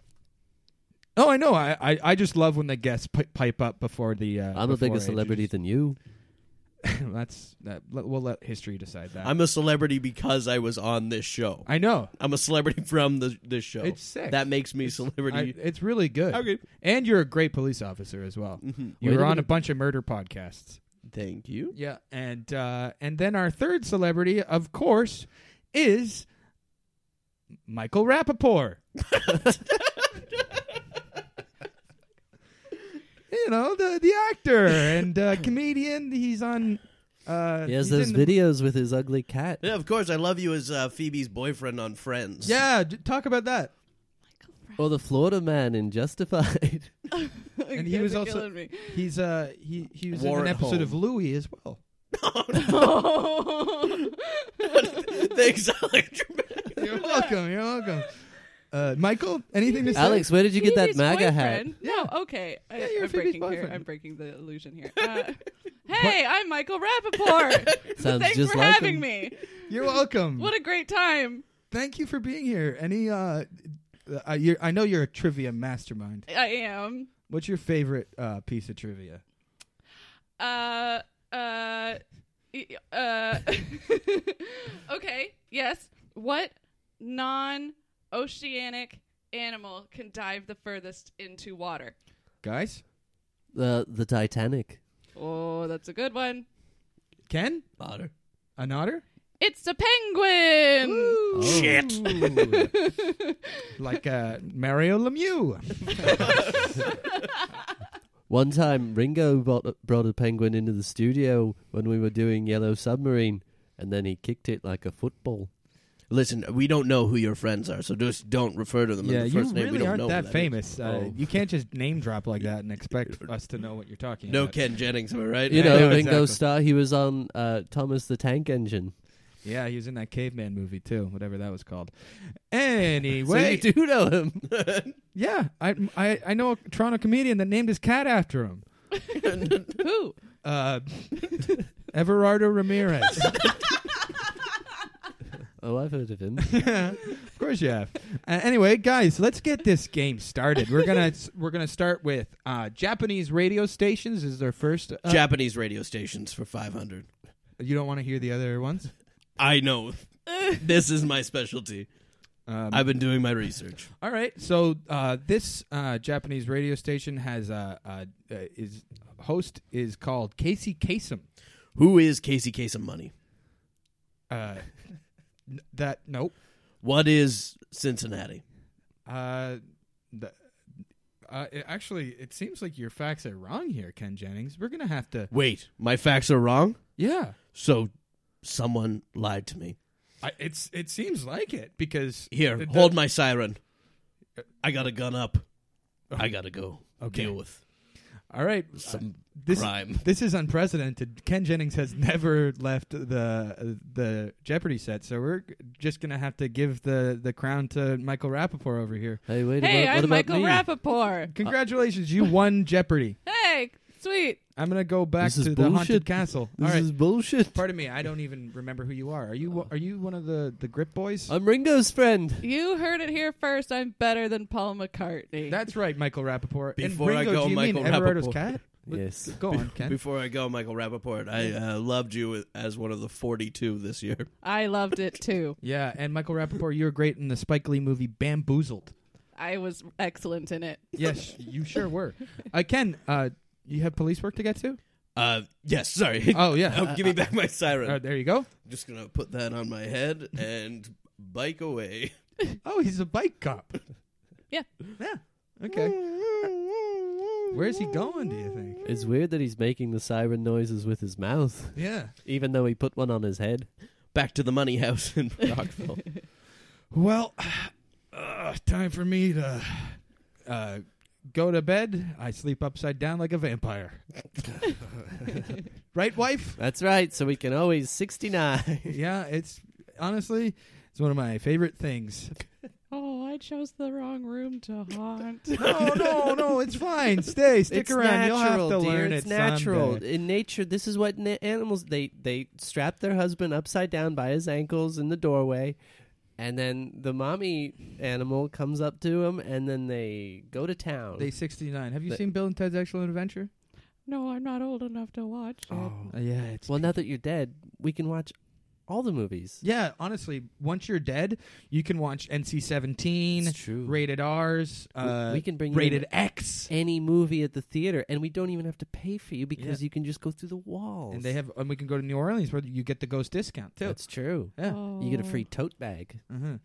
Oh, I know. I, I, I just love when the guests pi- pipe up before the. Uh, I'm a before bigger I <laughs> celebrity than you. introduce- That's that. let- We'll let history decide that. I'm a celebrity because I was on this show. I know. I'm a celebrity from the this show. It's sick. That makes me I, celebrity. it's really good. Okay. And you're a great police officer as well. You Wait a were on a minute. bunch of murder podcasts. Mm-hmm. Thank you. Yeah, and uh, and then our third celebrity, of course, is Michael Rappaport. <laughs> you know the the actor and uh, comedian. He's on. Uh, He has he's those in the- videos with his ugly cat. <laughs> Yeah, of course. I love you as uh, Phoebe's boyfriend on Friends. Yeah, d- talk about that. Or the Florida man in <laughs> Justified. and he was also- Me. He's uh he he was in Warren an episode Home. of Louis as well. <laughs> <laughs> Thanks, Alex. <laughs> You're welcome. You're welcome. Uh, Michael, anything to say? Alex, where did you get that Phoebe's MAGA hat? boyfriend? No, okay. I, Yeah, you're I'm Phoebe's breaking here. boyfriend. I'm breaking the illusion <laughs> here. Uh, hey, I'm Michael Rappaport. Sounds Thanks just for like having him. me. You're welcome. What a great time. Thank you for being here. Any uh, uh you're, I know you're a trivia mastermind. I am. What's your favorite uh, piece of trivia? Uh, uh, y- uh. <laughs> okay. Yes. What non-oceanic animal can dive the furthest into water? Guys, The the Titanic. Oh, that's a good one. Ken, Otter. an otter, It's a penguin. Oh. <laughs> Shit. like uh, Mario Lemieux. <laughs> One time, Ringo brought, brought a penguin into the studio when we were doing Yellow Submarine, and then he kicked it like a football. Listen, we don't know who your friends are, so just don't refer to them in the first name. we don't know who that is. Oh. Uh, You can't just name drop like that <laughs> and expect us to know what you're talking No about. Ken Jennings, am I right? You Yeah, know, yeah, Ringo exactly. Starr. He was on uh, Thomas the Tank Engine. Yeah, he was in that caveman movie too, whatever that was called. <laughs> So Anyway, you do know him. <laughs> yeah, I, I I know a Toronto comedian that named his cat after him. Who? Uh, <laughs> Everardo Ramirez. Oh, I've heard of <laughs> him. of course you have. Uh, anyway, guys, let's get this game started. We're gonna we're gonna start with uh, Japanese radio stations. Is their first? Uh, Japanese radio stations for 500. you don't want to hear the other ones. I know. this is my specialty. Um, I've been doing my research. all right. So uh, this uh, Japanese radio station has uh, uh, uh, is host is called Casey Kasem. Who is Casey Kasem Money? Uh, n- that nope. What is Cincinnati? Uh, the, uh, it- actually, it seems like your facts are wrong here, Ken Jennings. We're gonna have to. Wait, my facts are wrong? Yeah, So someone lied to me. I, it's it seems like it because Here, the- hold my siren. I got a gun up. I gotta go Okay. deal with uh, All right, some This crime. this is unprecedented. Ken Jennings has <laughs> never left the the Jeopardy set, so we're just gonna have to give the the crown to Michael Rappaport over here. Hey, wait. Hey, about, what I'm about Michael me? Rappaport. Congratulations, Uh, you won Jeopardy. Hey, sweet. I'm gonna go back This to is the bullshit. haunted castle. This All right, is bullshit. pardon me. I don't even remember who you are. Are you are you one of the the Grip Boys? I'm Ringo's friend. You heard it here first. I'm better than Paul McCartney. That's right, Michael Rappaport. Before and I Ringo, go, do you mean Michael Everardo's Rappaport. cat? Yes. Go on, Ken. Before I go, Michael Rappaport, I uh, loved you as one of the 42 this year. I loved it too. yeah, and Michael Rappaport, you were great in the Spike Lee movie Bamboozled. I was excellent in it. Yes, you sure were. Uh, Ken, uh, you have police work to <laughs> get to? Uh, yes, sorry. Oh, yeah. <laughs> Oh, give me back my siren. Uh, there you go. Just gonna put that on my head and bike away. Oh, he's a bike cop. Yeah. Yeah. Okay. Where's he going, do you think? It's weird that he's making the siren noises with his mouth, Yeah. even though he put one on his head. Back to the money house <laughs> in Rockville. Well, <sighs> uh, time for me to uh, go to bed. I sleep upside down like <laughs> a vampire. right, wife? That's right. So we can always 69. Yeah, it's honestly, it's one of my <laughs> favorite things. Oh, I chose the wrong room to haunt. No, no, no, it's fine. Stay, <laughs> stick it's around. You'll have natural, to dear. learn It's it natural someday. in nature. This is what na- animals they they strap their husband upside down by his ankles in the doorway, and then the mommy animal comes up to him, and then they go to town. Day 69. Have you They- seen Bill and Ted's Excellent Adventure? no, I'm not old enough to watch it. Uh, yeah, it's Oh, well, now that you're dead, we can watch all the movies. Yeah, honestly, once you're dead, you can watch NC-17, It's true. rated R's, W- uh, we can bring you rated in X, any movie at the theater, and we don't even have to pay for you because you can just go through the walls. and they have, and we can go to New Orleans where you get the ghost discount too. That's true. yeah. You get a free tote bag Uh-huh.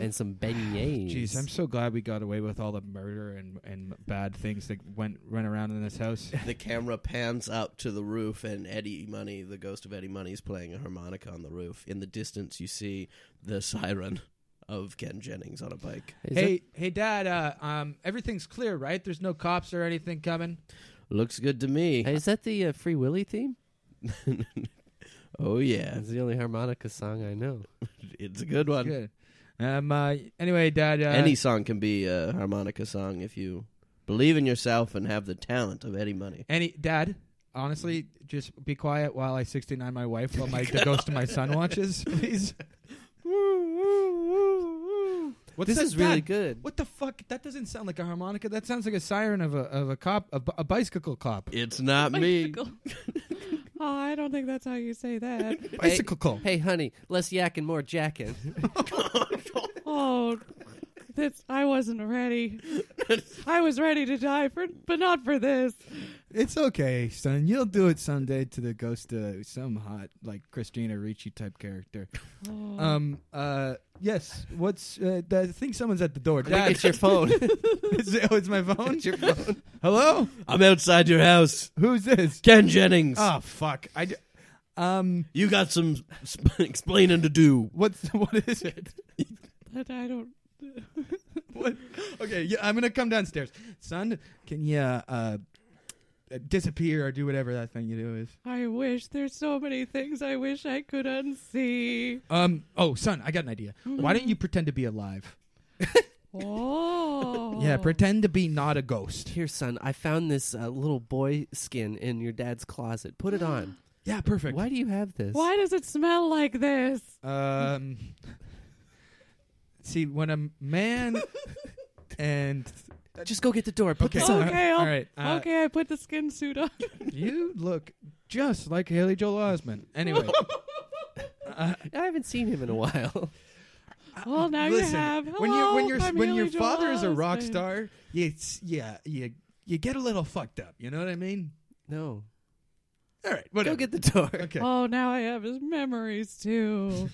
and some beignets. <sighs> Jeez, I'm so glad we got away with all the murder and and bad things that went went around in this house. the camera pans up to the roof, and Eddie Money, the ghost of Eddie Money, is playing a harmonica on the roof. In the distance, you see the siren of Ken Jennings on a bike. Is hey, hey, Dad, uh, um, everything's clear, right? There's no cops or anything coming. Looks good to that, me. is that the uh, Free Willy theme? <laughs> oh yeah, That's the only harmonica song I know. it's a good one. Good. Um. Uh, anyway, Dad. Uh, Any song can be a harmonica song if you believe in yourself and have the talent of Eddie Money. Any dad, honestly, just be quiet while I sixty nine my wife while my the ghost of <laughs> my son watches, please. What's this that, is really Dad? good. What the fuck? That doesn't sound like a harmonica. That sounds like a siren of a of a cop, a, bi- a bicycle cop, It's not me. Bicycle. oh, I don't think that's how you say that. bicycle cop. Hey, honey, less yak and more jacking. Oh, that's I wasn't ready. I was ready to die for, but not for this. It's okay, son. You'll do it someday to the ghost of some hot like Christina Ricci type character. Oh. Um. Uh. Yes. What's? Uh, I think someone's at the door. Dad, it's your phone. <laughs> is it- oh, it's my phone. It's your phone. Hello. I'm outside your house. Who's this? Ken Jennings, Oh fuck! I d- um, you got some sp- <laughs> explaining to do. what's <laughs> what is it? That I don't. What? Okay, yeah, I'm gonna come downstairs, son. Can you uh, uh disappear or do whatever that thing you do is? I wish there's so many things I wish I <laughs> could unsee. Um. Oh, son, I got an idea. Why don't you pretend to be alive? Oh, Yeah, pretend to be not a ghost. Here, son, I found this uh, little boy skin in your dad's closet. Put it on. Yeah, perfect. Why do you have this? Why does it smell like this? Um. see, when a man and Uh, Just go get the door. Put okay, this Oh, on. Okay, I'll- all right, uh, okay, I put the skin suit on. you look just like Haley Joel Osment. Anyway. <laughs> Uh, I haven't seen him in a while. <laughs> Well, now you Listen, have. when you when Hello, your I'm when your Haley Joel father is a rock Osment. star, you, it's yeah you you get a little fucked up. You know what I mean? No. All right, whatever. Go get the door. okay. <laughs> Oh, now I have his memories too.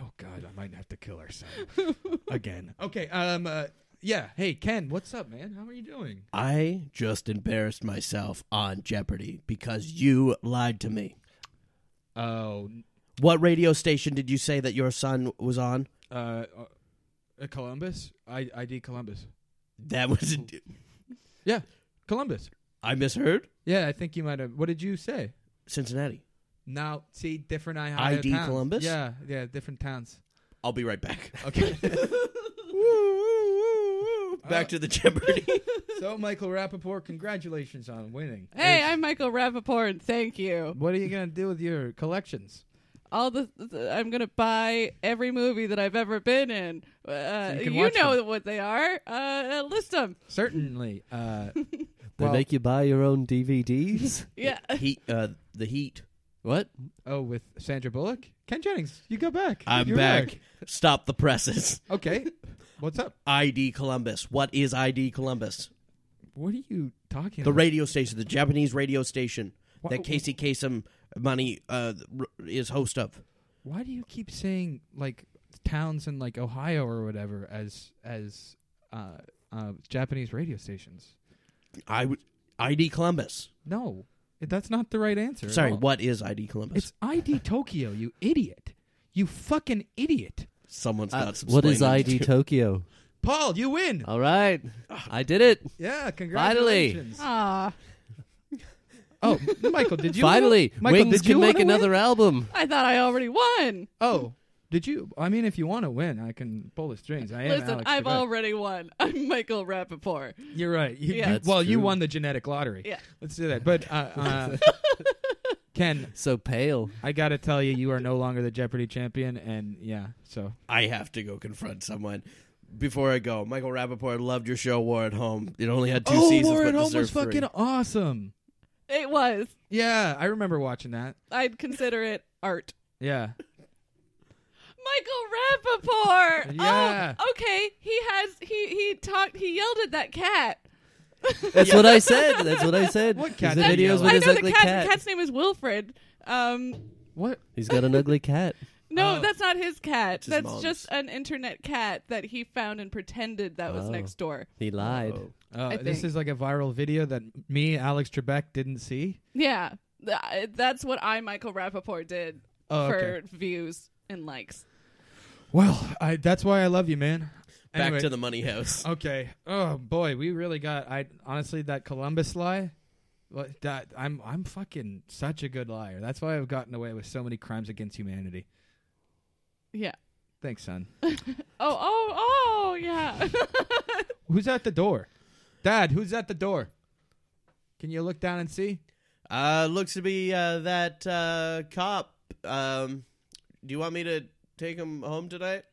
Oh God, I might have to kill our son <laughs> again. Okay. Um. Uh, yeah. Hey, Ken. What's up, man? How are you doing? I just embarrassed myself on Jeopardy because you lied to me. Oh. What radio station did you say that your son was on? Uh. uh Columbus. I ID Columbus. That was. <laughs> Yeah. Columbus. I misheard? Yeah. I think you might have. What did you say? Cincinnati. Now, see, different. I hire ID towns. Columbus? Yeah. Yeah. Different towns. I'll be right back. <laughs> Okay. Oh. Back to the <laughs> Jeopardy. so, Michael Rappaport, congratulations on winning. Hey, I'm Michael Rappaport. and Thank you. What are you gonna do with your collections? All the, th- I'm gonna buy every movie that I've ever been in. Uh, you you can watch know what they are. Uh, Uh, list them. Certainly. <laughs> Uh, They Well- make you buy your own DVDs. Yeah. Heat, uh, the Heat. <laughs> what? oh, with Sandra Bullock, Ken Jennings, you go back. I'm You're back. Stop the presses. Okay, what's up? ID Columbus. What is ID Columbus? What are you talking? The about? radio station, the Japanese radio station Wha- that Casey Kasem money uh, r- is host of. Why do you keep saying like towns in like Ohio or whatever as as uh, uh, Japanese radio stations? I w- ID Columbus. No, that's not the right answer. at Sorry, all. what is ID Columbus? It's ID Tokyo. You idiot. You fucking idiot. Someone's Uh, not. what is explaining ID to- Tokyo? Paul, you win. All right, I did it. Yeah, Uh, Finally. congratulations. <laughs> Ah, Oh, Michael, did you Finally, wanna- Michael, Wings did you can make wanna another Win? album. I thought I already won. Oh, did you? I mean, if you want to win, I can pull the strings. I am. Listen, Alex I've Trebek. already won. <laughs> I'm Michael Rappaport. You're right. You, Yeah. you- That's well, you true. won the genetic lottery. Yeah. Let's do that. But uh, uh, <laughs> Ken, So pale. I gotta tell you, you are no longer the Jeopardy champion, and yeah, so I have to go confront someone. Before I go, Michael Rappaport loved your show War at Home. It only had two oh, seasons. War but at Home was deserved three. fucking awesome. It was. Yeah, I remember watching that. I'd consider it art. Yeah, Michael Rappaport. Yeah. Oh, okay. He has. He he talked. He yelled at that cat. That's what I said. That's what I said. What cat The did you videos have? with I his know the ugly cat. cat. The cat's name is Wilfred. Um, what? He's got an ugly cat. no, Oh. that's not his cat. his that's mom's. just an internet cat that he found and pretended that was Oh. next door. He lied. Oh. Uh, I this think- is like a viral video that me, Alex Trebek, didn't see. Yeah, Th- I- that's what I Michael Rappaport did Oh, for okay. views and likes. Well, I, that's why I love you, man. Back Anyway, to the Money House. Okay. Oh boy, we really got. I honestly that Columbus lie. what- That I'm I'm fucking such a good liar. That's why I've gotten away with so many crimes against humanity. Yeah. Thanks, son. Oh oh oh yeah. <laughs> Who's at the door? Dad, who's at the door? Can you look down and see? Uh, looks to be uh, that uh, cop. Um, do you want me to take him home tonight?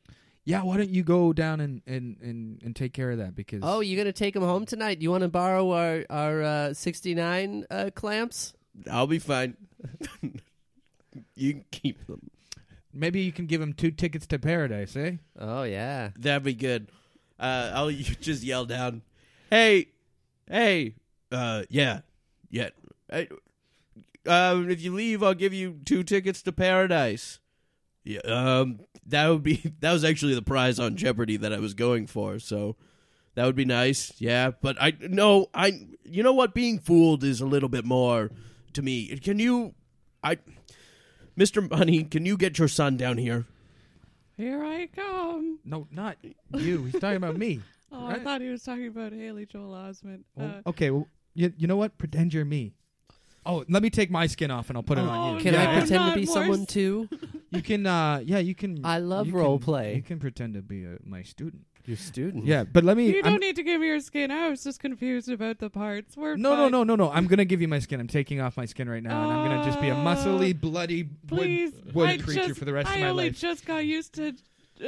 Yeah, why don't you go down and and and, and take care of that because Oh, you're gonna take him home tonight? You want to borrow our our uh, '69 uh, clamps? I'll be fine. <laughs> you can keep them. maybe you can give him two tickets to paradise, eh? Oh yeah. That'd be good. Uh, I'll <laughs> you just yell down, "Hey, hey, uh, yeah, yeah." I, um, if you leave, I'll give you two tickets to paradise. Yeah, um, that would be <laughs> that was actually the prize on Jeopardy that I was going for. So that would be nice. Yeah, but I no, I you know what? Being fooled is a little bit more to me. Can you, I, Mister Money, can you get your son down here? Here I come. No, not you. He's talking about <laughs> me. Oh, Right. Oh, I thought he was talking about Haley Joel Osment. Well, Uh, okay, well, you, you know what? Pretend you're me. Oh, let me take my skin off and I'll put it on Oh, you. Can Yeah. I pretend to Not be more someone s- too? You can. Uh, yeah, you can. I love you role can- play. You can pretend to be a, my student. Your student. Yeah, but let me. you I'm- don't need to give me your skin. I was just confused about the parts. We're no, no, fine. no, no, no. I'm gonna give you my skin. I'm taking off my skin right now, and I'm gonna just be a muscly, Uh, bloody Please, wood, wood I creature just, for the rest I of my only life. just got used to uh,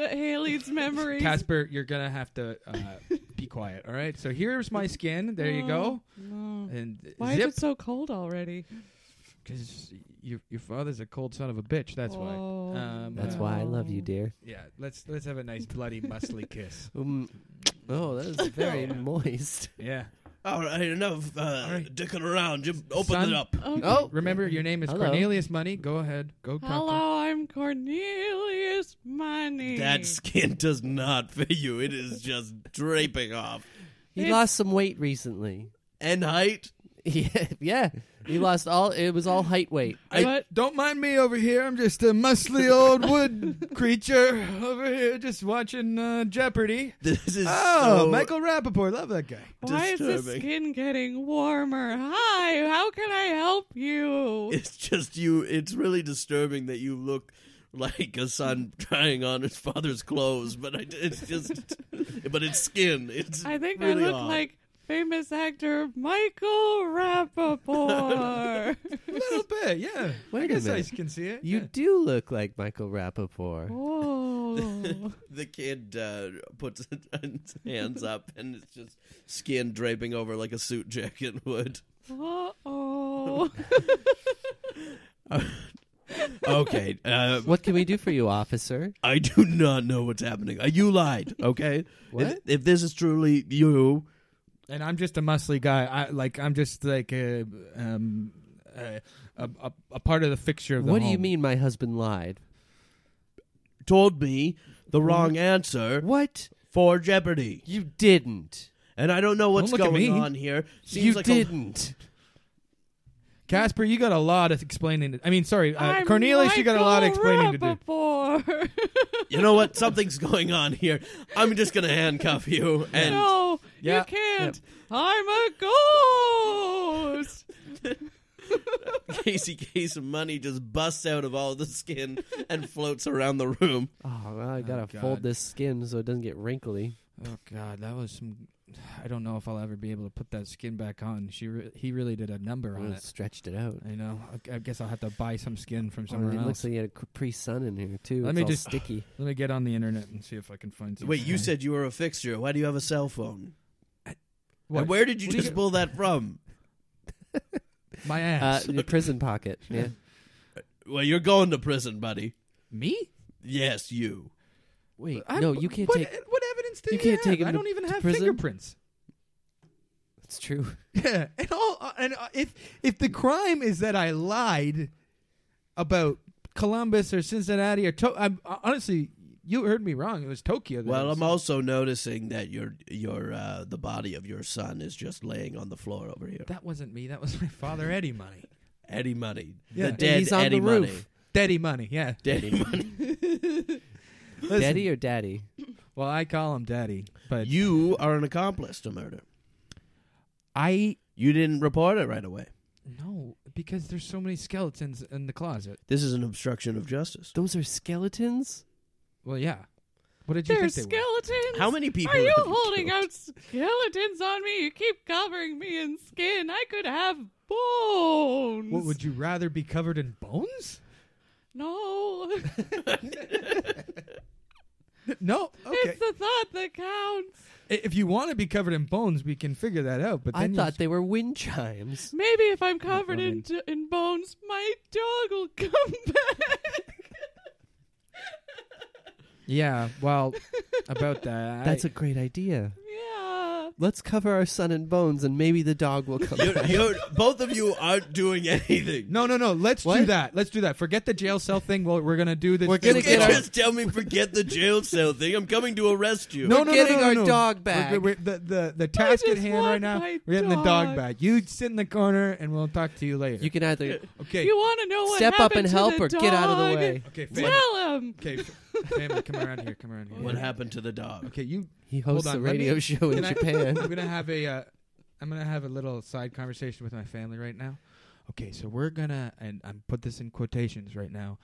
Haley's memories. Casper, you're gonna have to uh, be quiet. All right. So here's my skin. There you go. No. And Oh. Why zip, is it so cold already? because your your father's a cold son of a bitch. That's why. Oh, Um, That's why I love you, dear. Yeah. Let's let's have a nice <laughs> bloody muscly kiss. Um, oh, that is very moist. Yeah. All right, enough uh, right. dicking around. Just open Son? it up. Okay. Oh, Remember, your name is Hello. Cornelius Money. Go ahead. Go talk Hello, I'm am Cornelius Money. That skin does not <laughs> fit you. It is just draping off. He It's- lost some weight recently. And height. <laughs> Yeah, yeah. He lost all. It was all height weight. I- What? Don't mind me over here. I'm just a <laughs> muscly old wood creature over here, just watching uh, Jeopardy. This is Oh, so Michael Rappaport. Love that guy. Why is the disturbing. skin getting warmer? Hi, how can I help you? It's just you. It's really disturbing that you look like a son trying on his father's clothes, but I, it's just, <laughs> but it's skin. It's. I think really I look odd. like famous actor <laughs> Michael A Rappaport. <laughs> little bit, yeah. Wait I a guess I minute. can see it. You yeah. do look like Michael Rappaport. oh. <laughs> The kid uh, puts his <laughs> hands up, and it's just skin draping over like a suit jacket <laughs> would. <laughs> Uh-oh. Uh, Okay, uh, What can we do for you, officer? I do <laughs> not know what's happening. Uh, you lied. Okay, What? If, if this is truly you, And I'm just a muscly guy. I like. I'm just like a um a, a, a, a part of the fixture of the What do you home. mean my husband lied? told me the wrong answer What? for Jeopardy, You didn't. and I don't know what's Don't look at going me. on here. Seems you like a- <laughs> didn't. Casper? You got a lot of explaining. To, I mean, sorry, uh, I'm Cornelius. You got a lot of Michael explaining to do. <laughs> Rappaport. <laughs> you know what? Something's going on here. I'm just gonna handcuff <laughs> you, and no, Yeah. you can't. I'm a ghost. Casey Case Money just busts out of all the skin and floats around the room. Oh, well, I gotta God. fold this skin so it doesn't get wrinkly. Oh God, that was some. I don't know if I'll ever be able to put that skin back on. She re- he really did a number on Well, it. stretched it out. I know. I, I guess I'll have to buy some skin from Oh, somewhere it looks else. like you had a Capri Sun in here too. Let It's me all just- <laughs> sticky. Let me get on the internet and see if I can find. Some Wait, you said you were a fixture. Why do you have a cell phone? What? And where did you What do you just get- pull that from? my Uh, ass. your prison <laughs> pocket. Yeah. Well, you're going to prison, buddy. me? Yes, you. Wait, I'm- no, you can't what, take. What evidence do you you, can't have? take him I to- don't even to have prison? fingerprints. <laughs> It's true. Yeah, and all uh, and uh, if if the crime is that I lied about Columbus or Cincinnati or to- I'm, uh, honestly, you heard me wrong. It was Tokyo. that Well, was- I'm also noticing that your your uh, the body of your son is just laying on the floor over here. that wasn't me. That was my father, Eddie Money. Eddie Money, <laughs> Yeah. the And dead he's on the Eddie roof. Money. Daddy Money. Yeah. Daddy Money. <laughs> Listen, Daddy or daddy? Well, I call him Daddy, but You are an accomplice to murder. I You didn't report it right away. no because there's so many skeletons in the closet. This is an obstruction of justice. Those are skeletons. Well, yeah. What did you They're think they were? skeletons. How many people Are you have holding killed? out skeletons on me? You keep covering me in skin. I could have bones. What would you rather be covered in bones? <laughs> No, <laughs> No. Okay. it's the thought that counts. I- If you want to be covered in bones, we can figure that out. But I then you thought they were wind chimes. Maybe if I'm covered I in, mean- d- in bones, my dog will <laughs> come back. <laughs> Yeah, <laughs> well, about that. That's I- a great <laughs> idea. yeah. Let's cover our son in bones, and maybe the dog <laughs> will come. You're, you're, both of you aren't doing anything. no, no, no. Let's do What? that. Let's do that. Forget the jail cell thing. Well, we're gonna do this. We're You gonna can't get our- just tell me forget the jail cell thing. I'm coming to arrest you. no, We're no, no, getting no, no, our no. dog We're- back. We're, the the the task at just hand want right now. my We're getting the dog dog. back. You sit in the corner, and we'll talk to you later. You can <laughs> either okay. You want to know what step up happened and to help, the or get out of the dog? way. okay, family. Tell him. Okay, f- family, come around here. Come around here. What happened to the dog? Okay, you. He Hold hosts on, a let me- radio show <laughs> in can I- <laughs> Japan. I'm gonna have a. Uh, I'm gonna have a little side conversation with my family right now. Okay, so we're gonna and I'm put this in quotations right now.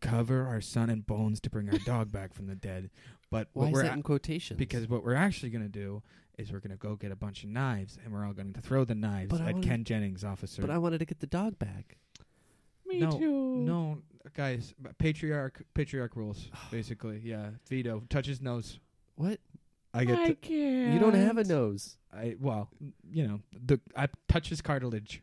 Cover our son in bones to bring our dog back from the dead. But Why what is we're that in quotations? Because what we're actually going to do is we're going to go get a bunch of knives and we're all going to throw the knives But I at wanna- Ken Jennings, officer. but I wanted to get the dog back. Me no, too. No, guys, patriarch patriarch rules <sighs> basically. Yeah, veto. Touch his nose. What? I get. I to, can't. You don't have a nose. I well, you know, the I touch his cartilage.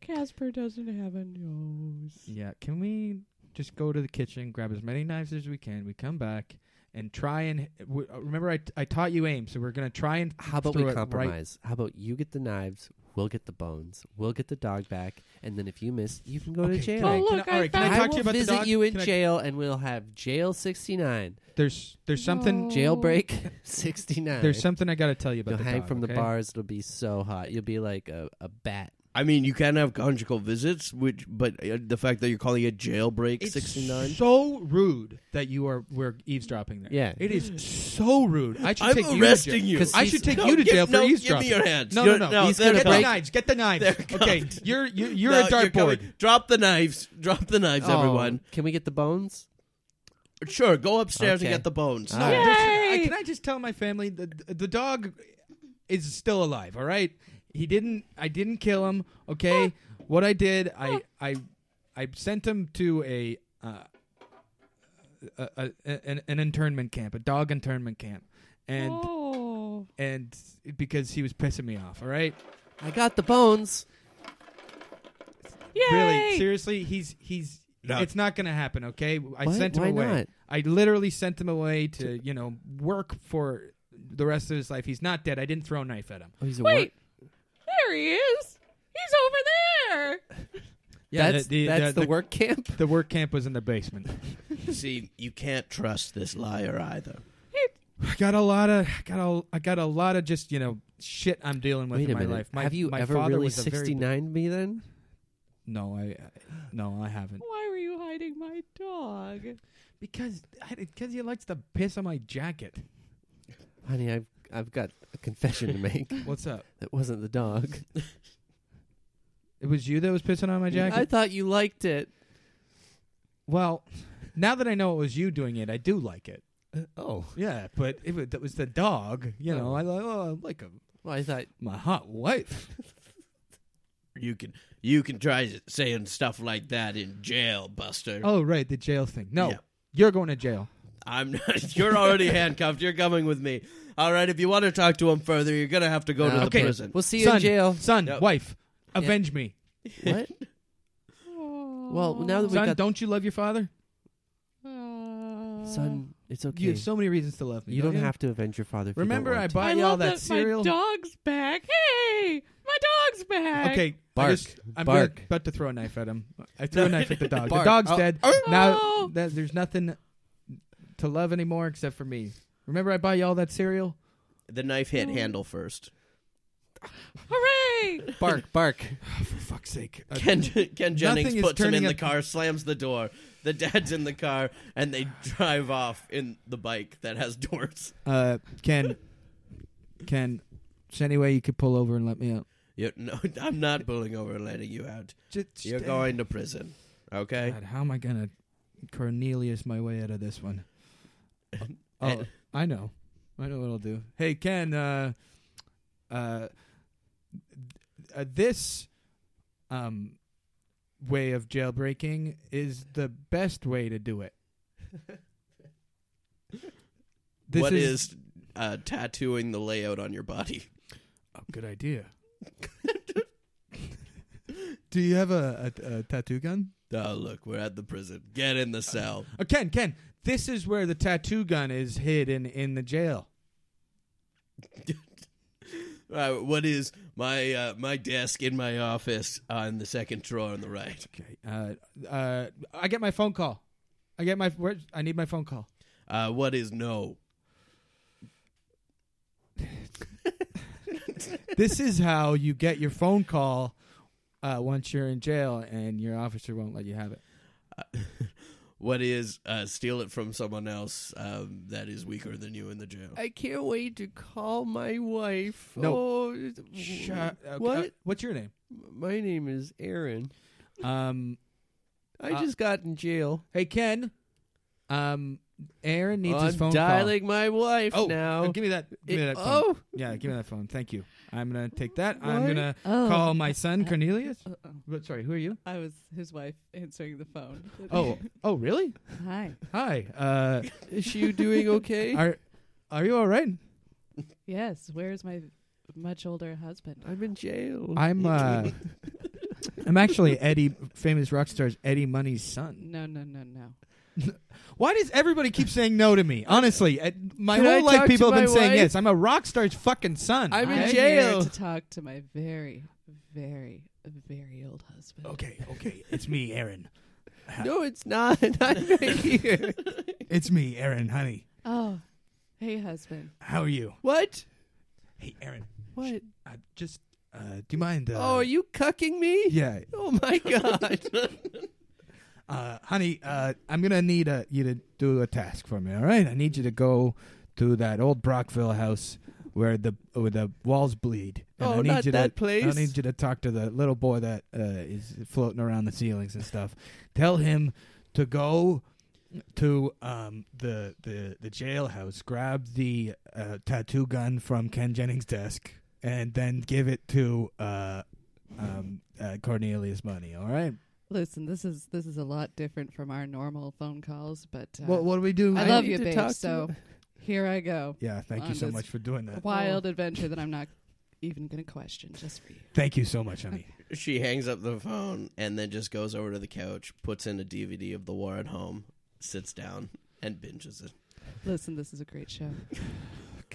Casper doesn't have a nose. Yeah. Can we just go to the kitchen, grab as many knives as we can? We come back and try and w- uh, remember I, I taught you aim, so we're going to try and How about throw we it right compromise? How about you get the knives? We'll get the bones. We'll get the dog back. And then if you miss, you can go Okay, to jail. Can I, Oh, can look, I, all right, I can I talk found- will to you about visit the dog? you in Can I- jail, and we'll have jail sixty nine, there's there's something jailbreak <laughs> sixty nine. Oh. there's You'll something I got to tell you about the hang dog, from okay? the bars. It'll be so hot. You'll be like a, a bat. I mean, you can have conjugal visits, which but uh, the fact that you're calling it jailbreak It's sixty nine. so rude that you are we're eavesdropping there. Yeah. It is so rude. I should I'm take you to arresting jail. you. 'Cause I should he's- take you to give- jail for no, eavesdropping. Give me your hands. No, You're- no, no. he's they're gonna Get the break- coming. knives. Get the knives. They're Okay, cocked. you're you're, you're No, a dartboard. coming. Drop the knives. Drop the knives, Oh, everyone. Can we get the bones? Sure, go upstairs Okay. and get the bones. All No, right. just- I- Yay! can I just tell my family that the dog is still alive? All right, he didn't. I didn't kill him. Okay, what I did, I I I sent him to a. Uh, a, a, an, an internment camp, a dog internment camp, and oh. and because he was pissing me off. All right, I got the bones. Yay! really, seriously, he's he's No. it's not gonna happen. Okay, I What? sent him Why away. not? I literally sent him away to you know work for the rest of his life. He's not dead. I didn't throw a knife at him. Oh, he's a Wait, there he is. He's over there. Yeah, that's, the, that's the, work camp. The work camp was in the basement. See, you can't trust this liar either. I got a lot of got a I got a lot of just you know shit I'm dealing with Wait in a my minute. life. My, Have you my ever father really was a very sixty big- nine me then? No, I I- no I haven't Why were you hiding my dog? because because he likes to piss on my jacket. Honey, I've I've got a confession to <laughs> make. What's up? that wasn't the dog. It was you that was pissing on my <laughs> jacket. I thought you liked it. Well, now that I know it was you doing it, I do like it. Oh, Yeah, but it was, it was the dog. You know, Oh. I, li- oh, I like a, well, I thought my hot wife. <laughs> You can you can try saying stuff like that in jail, Buster. Oh, right, the jail thing. No, Yeah. you're going to jail. I'm not. <laughs> You're already handcuffed. You're coming with me. All right. If you want to talk to him further, you're gonna have to go to No, the uh, okay. prison. We'll see you in <laughs> jail. Son, Yep. wife, avenge me. what? Oh. Well, now that we Son, got don't you love your father? Uh, son, it's okay. You have so many reasons to love me. You don't you? have to avenge your father. If Remember, you don't I want bought I you all love that cereal. my dog's back. Hey, my dog's back. Okay, Bark. I just, I'm Bark. gonna- about to throw a knife at him. I threw a knife at the dog. The Bark. dog's Oh. dead. Now Oh. that there's nothing to love anymore except for me. Remember, I bought you all that cereal. <laughs> The knife hit handle first. Hooray! to bark, bark. <sighs> For fuck's sake! Uh, Ken, Ken Jennings is puts him in turning the up- car, slams the door. The dad's in the car, and they drive off in the bike that has doors. Uh, Ken, Ken, is there any way you could pull over and let me out? You, no, I'm not pulling over and letting you out. Just, You're going to prison. Okay. God, how am I gonna Cornelius my way out of <laughs> this one? Oh, I know, I know what I'll do. Hey, Ken, uh, uh, uh this um way of jailbreaking is the best way to do it. <laughs> This what is, uh, tattooing the layout on your body? <laughs> Oh, good idea. <laughs> Do you have a, a, a tattoo gun? Oh, look, we're at the prison. Get in the <laughs> cell. Oh, Ken, Ken, this is where the tattoo gun is hidden in the jail. Uh, what is my uh, my desk in my office on the second drawer on the right? Okay. Uh, uh, I get my phone call. I get my. Where, I need my phone <laughs> call. Uh, what is no? this is how you get your phone call uh, once you're in jail and your officer won't let you have it. What is uh, steal it from someone else um, that is weaker than you in the jail? I can't wait to call my wife. No. Oh, it- Shut- okay, uh, What? what's your name? My name is Aaron. Um. I Uh, just got in jail. Hey, Ken. Um. Aaron needs his I'm phone call. dialing my wife Oh, now. uh, give me that. Give me It- that phone. oh, Yeah, give me that phone. Thank you. I'm gonna take that. I'm What? gonna Oh. call my son Cornelius. Uh-oh. But sorry, who are you? I was his wife answering the <laughs> phone. Oh, oh, really? hi. Hi. Uh, is you doing <laughs> okay? are are you all right? Yes, where's my much older husband? I'm in jail. I'm uh, I'm actually Eddie, famous rock stars Eddie Money's son. No, no, no, no. Why does everybody keep saying no to me? Honestly, uh, my Can I whole life talk people to have been my saying wife? yes. I'm a rock star's fucking son. I'm in okay? jail. Here to talk to my very, very, very old husband. Okay, okay, it's me, Aaron. <laughs> No, it's not. <laughs> I'm right here. It's me, Aaron, honey. Oh, hey, husband. How are you? What? Hey, Aaron. What? Uh, just uh, do you mind? Uh, Oh, are you cucking me? yeah, Oh <laughs> my god. uh, honey. Uh, I'm gonna need uh, you to do a task for me. All right, I need you to go to that old Brockville house where the where the walls bleed. Oh, I need not you that to, place. I need you to talk to the little boy that uh, is floating around the ceilings and stuff. Tell him to go to um, the the the jailhouse, grab the uh, tattoo gun from Ken Jennings' desk, and then give it to uh, um, uh, Cornelius Money. All right. Listen, this is this is a lot different from our normal phone calls, but uh, What what do we do? I I love need you, to babe. talk to So here I <laughs> go. yeah, thank you on so this- much for doing Oh. that. Wild adventure that I'm not even going to question just for you. Thank you so much, honey. She hangs up the phone and then just goes over to the couch, puts in a DVD of The War at Home, sits down, and binges it. Listen, this is a <laughs> great show.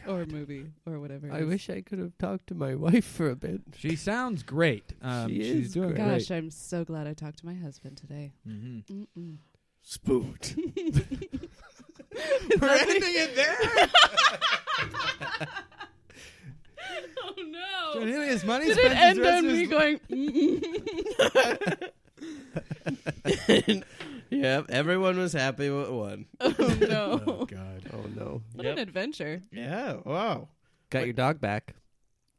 or movie or whatever. it Oh, I is. wish I could have talked to my wife for a <laughs> bit. <laughs> She sounds great. Um, She she's is doing great. Gosh, I'm so glad I talked to my husband today. Mm-hmm. Mm-mm. Spooked. We're ending <laughs> it there. <laughs> oh no! Cornelius Money Did spends it his end rest on of his me going? Mm-mm. <laughs> <laughs> yep, everyone was happy with one. Oh no! <laughs> Oh God. Oh no. What Yep. an adventure! Yeah, wow. Got your dog back.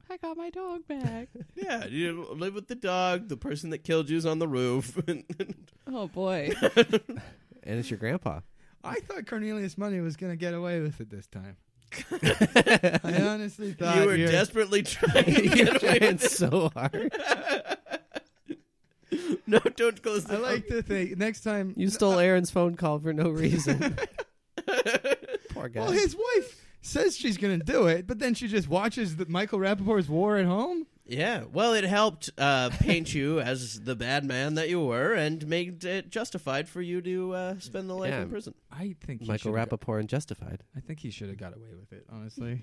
I got my dog back. Yeah, you live with the dog, the person that killed you's on the roof. <laughs> oh <laughs> boy! And it's your <laughs> grandpa. I thought Cornelius Money was going to get away with it this <laughs> time. I honestly thought you were you're- desperately <laughs> trying to <laughs> You're get away trying with so hard. it. No, don't close the I like to think next time. You stole Aaron's phone call for no <laughs> <laughs> reason. <laughs> Poor guy. Well, his wife says she's going to do it, but then she just watches the Michael Rappaport's War at Home. Yeah, well, it helped uh, paint you as the bad man that you were, and made it justified for you to uh, spend the life Yeah. in prison. I think Michael Rappaport and Justified. I think he should have got away with it. Honestly,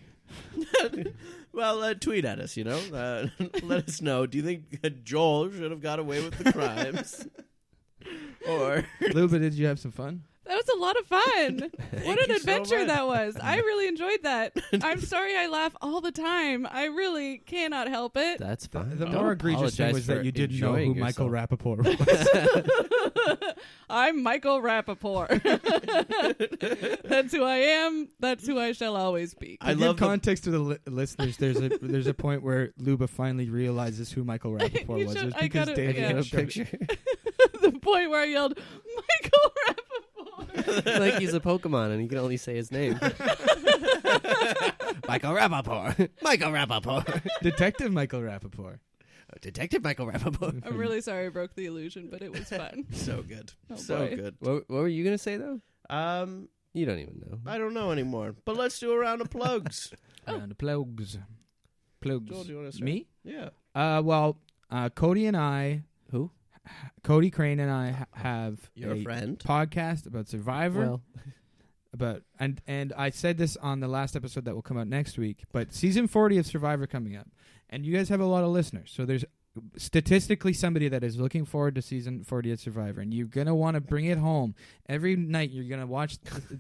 <laughs> Well, uh, tweet at us, you know. Uh, <laughs> let us know. Do you think uh, Joel should have got away with the crimes, <laughs> or Luba, did you have some fun? That was a lot of fun. what an you so adventure much. that was! I really enjoyed that. I'm sorry I laugh all the time. I really cannot help it. That's The, fine. the Don't more egregious thing apologize was for that you didn't know who enjoying Michael yourself. Rappaport <laughs> was. <laughs> I'm Michael Rappaport. <laughs> That's who I am. That's who I shall always be. I love to give the- context to the li- listeners. There's a there's a point where Luba finally realizes who Michael Rappaport <laughs> You was. should- It was I because gotta- David yeah. had Get a showed it. picture. <laughs> the point where I yelled, Michael Rappaport. <laughs> like he's a Pokemon and he can only say his name. <laughs> Michael <laughs> Rappaport. Michael Rappaport. <laughs> Detective Michael Rappaport. Detective Michael Rappaport. I'm really sorry I broke the illusion, but it <laughs> was fun. so good, Oh, so boy. good? What, what were you going to say, though? Um, You don't even know. I don't know anymore. But let's do a round of plugs. Oh. Round of plugs. Plugs. Joel, do you want to start? Me? Yeah. Uh, well, uh, Cody and I. Who? Cody Crane and I ha- have Your a friend. podcast about Survivor. Well, about and and I said this on the last episode that will come out next week, but season 40 of Survivor coming up. And you guys have a lot of listeners. So there's statistically somebody that is looking forward to season 40 of Survivor and you're going to want to bring it home. Every night you're going to watch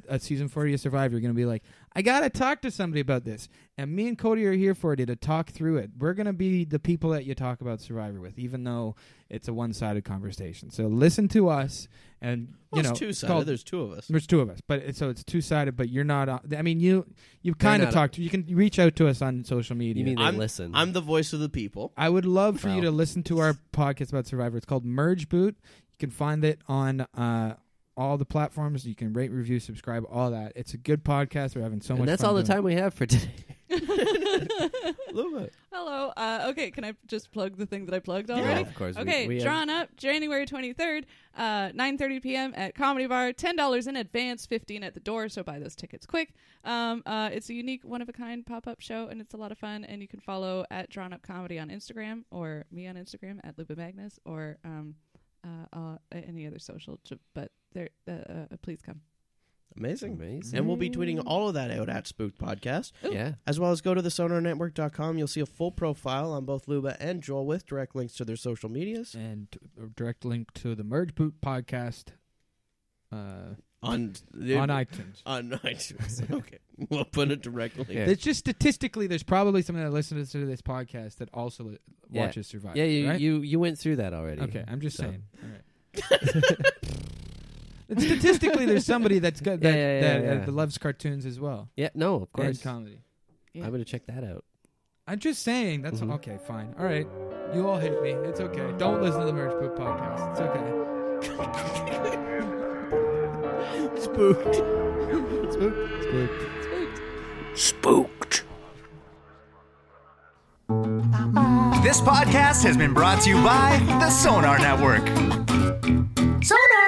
a season 40 of Survivor, you're going to be like, "I got to talk to somebody about this." And me and Cody are here for you to talk through it. We're going to be the people that you talk about Survivor with even though it's a one-sided conversation. So listen to us and you Well, know, it's two it's sided. called- There's two of <laughs> us. there's two of us, but it, so it's two sided. But you're not. on- I mean, you you They're kind of not- talked. You can reach out to us on social media. you mean they I'm- listen. I'm the voice of the people. I would love for you Wow. to listen to our podcast about Survivor. It's called Merge Boot. You can find it on uh, all the platforms. You can rate, review, subscribe, all that. It's a good podcast. We're having so much. and that's fun all the doing it. time we have for <laughs> today. <laughs> Hello. Uh, okay, can I just plug the thing that I plugged already? of course. we- Okay, we have- drawn up January 23rd, uh, 9:30 p.m. at Comedy Bar. Ten dollars in advance, fifteen at the door. So buy those tickets quick. Um, uh, it's a unique, one of a kind pop up show, and it's a lot of fun. And you can follow at Drawn Up Comedy on Instagram or me on Instagram at Lupa Magnus or um, uh, uh, any other social. j- But there, uh, uh, please come. Amazing. Amazing. And we'll be tweeting all of that out at Spooked Podcast. Yeah. As well as go to the sonarnetwork.com. You'll see a full profile on both Luba and Joel with direct links to their social medias and a direct link to the Merge Boot podcast uh, on on iTunes. <laughs> on iTunes. okay. We'll put it directly. Yeah. There's just statistically, there's probably someone that listens to this podcast that also li- Yeah. watches Survivor. Yeah, you, right? you you went through that already. okay, I'm just So- saying. All right. <laughs> And statistically, there's somebody that's got Yeah, that, yeah, yeah, that, yeah. that loves cartoons as well. Yeah, no, of and course. comedy. I would have checked that out. I'm just saying. That's Mhm. okay. Fine. All right. You all hate me. It's okay. Don't listen to the Merge Boot podcast. It's okay. Spooked. This podcast has been brought to you by the Sonar Network. Sonar!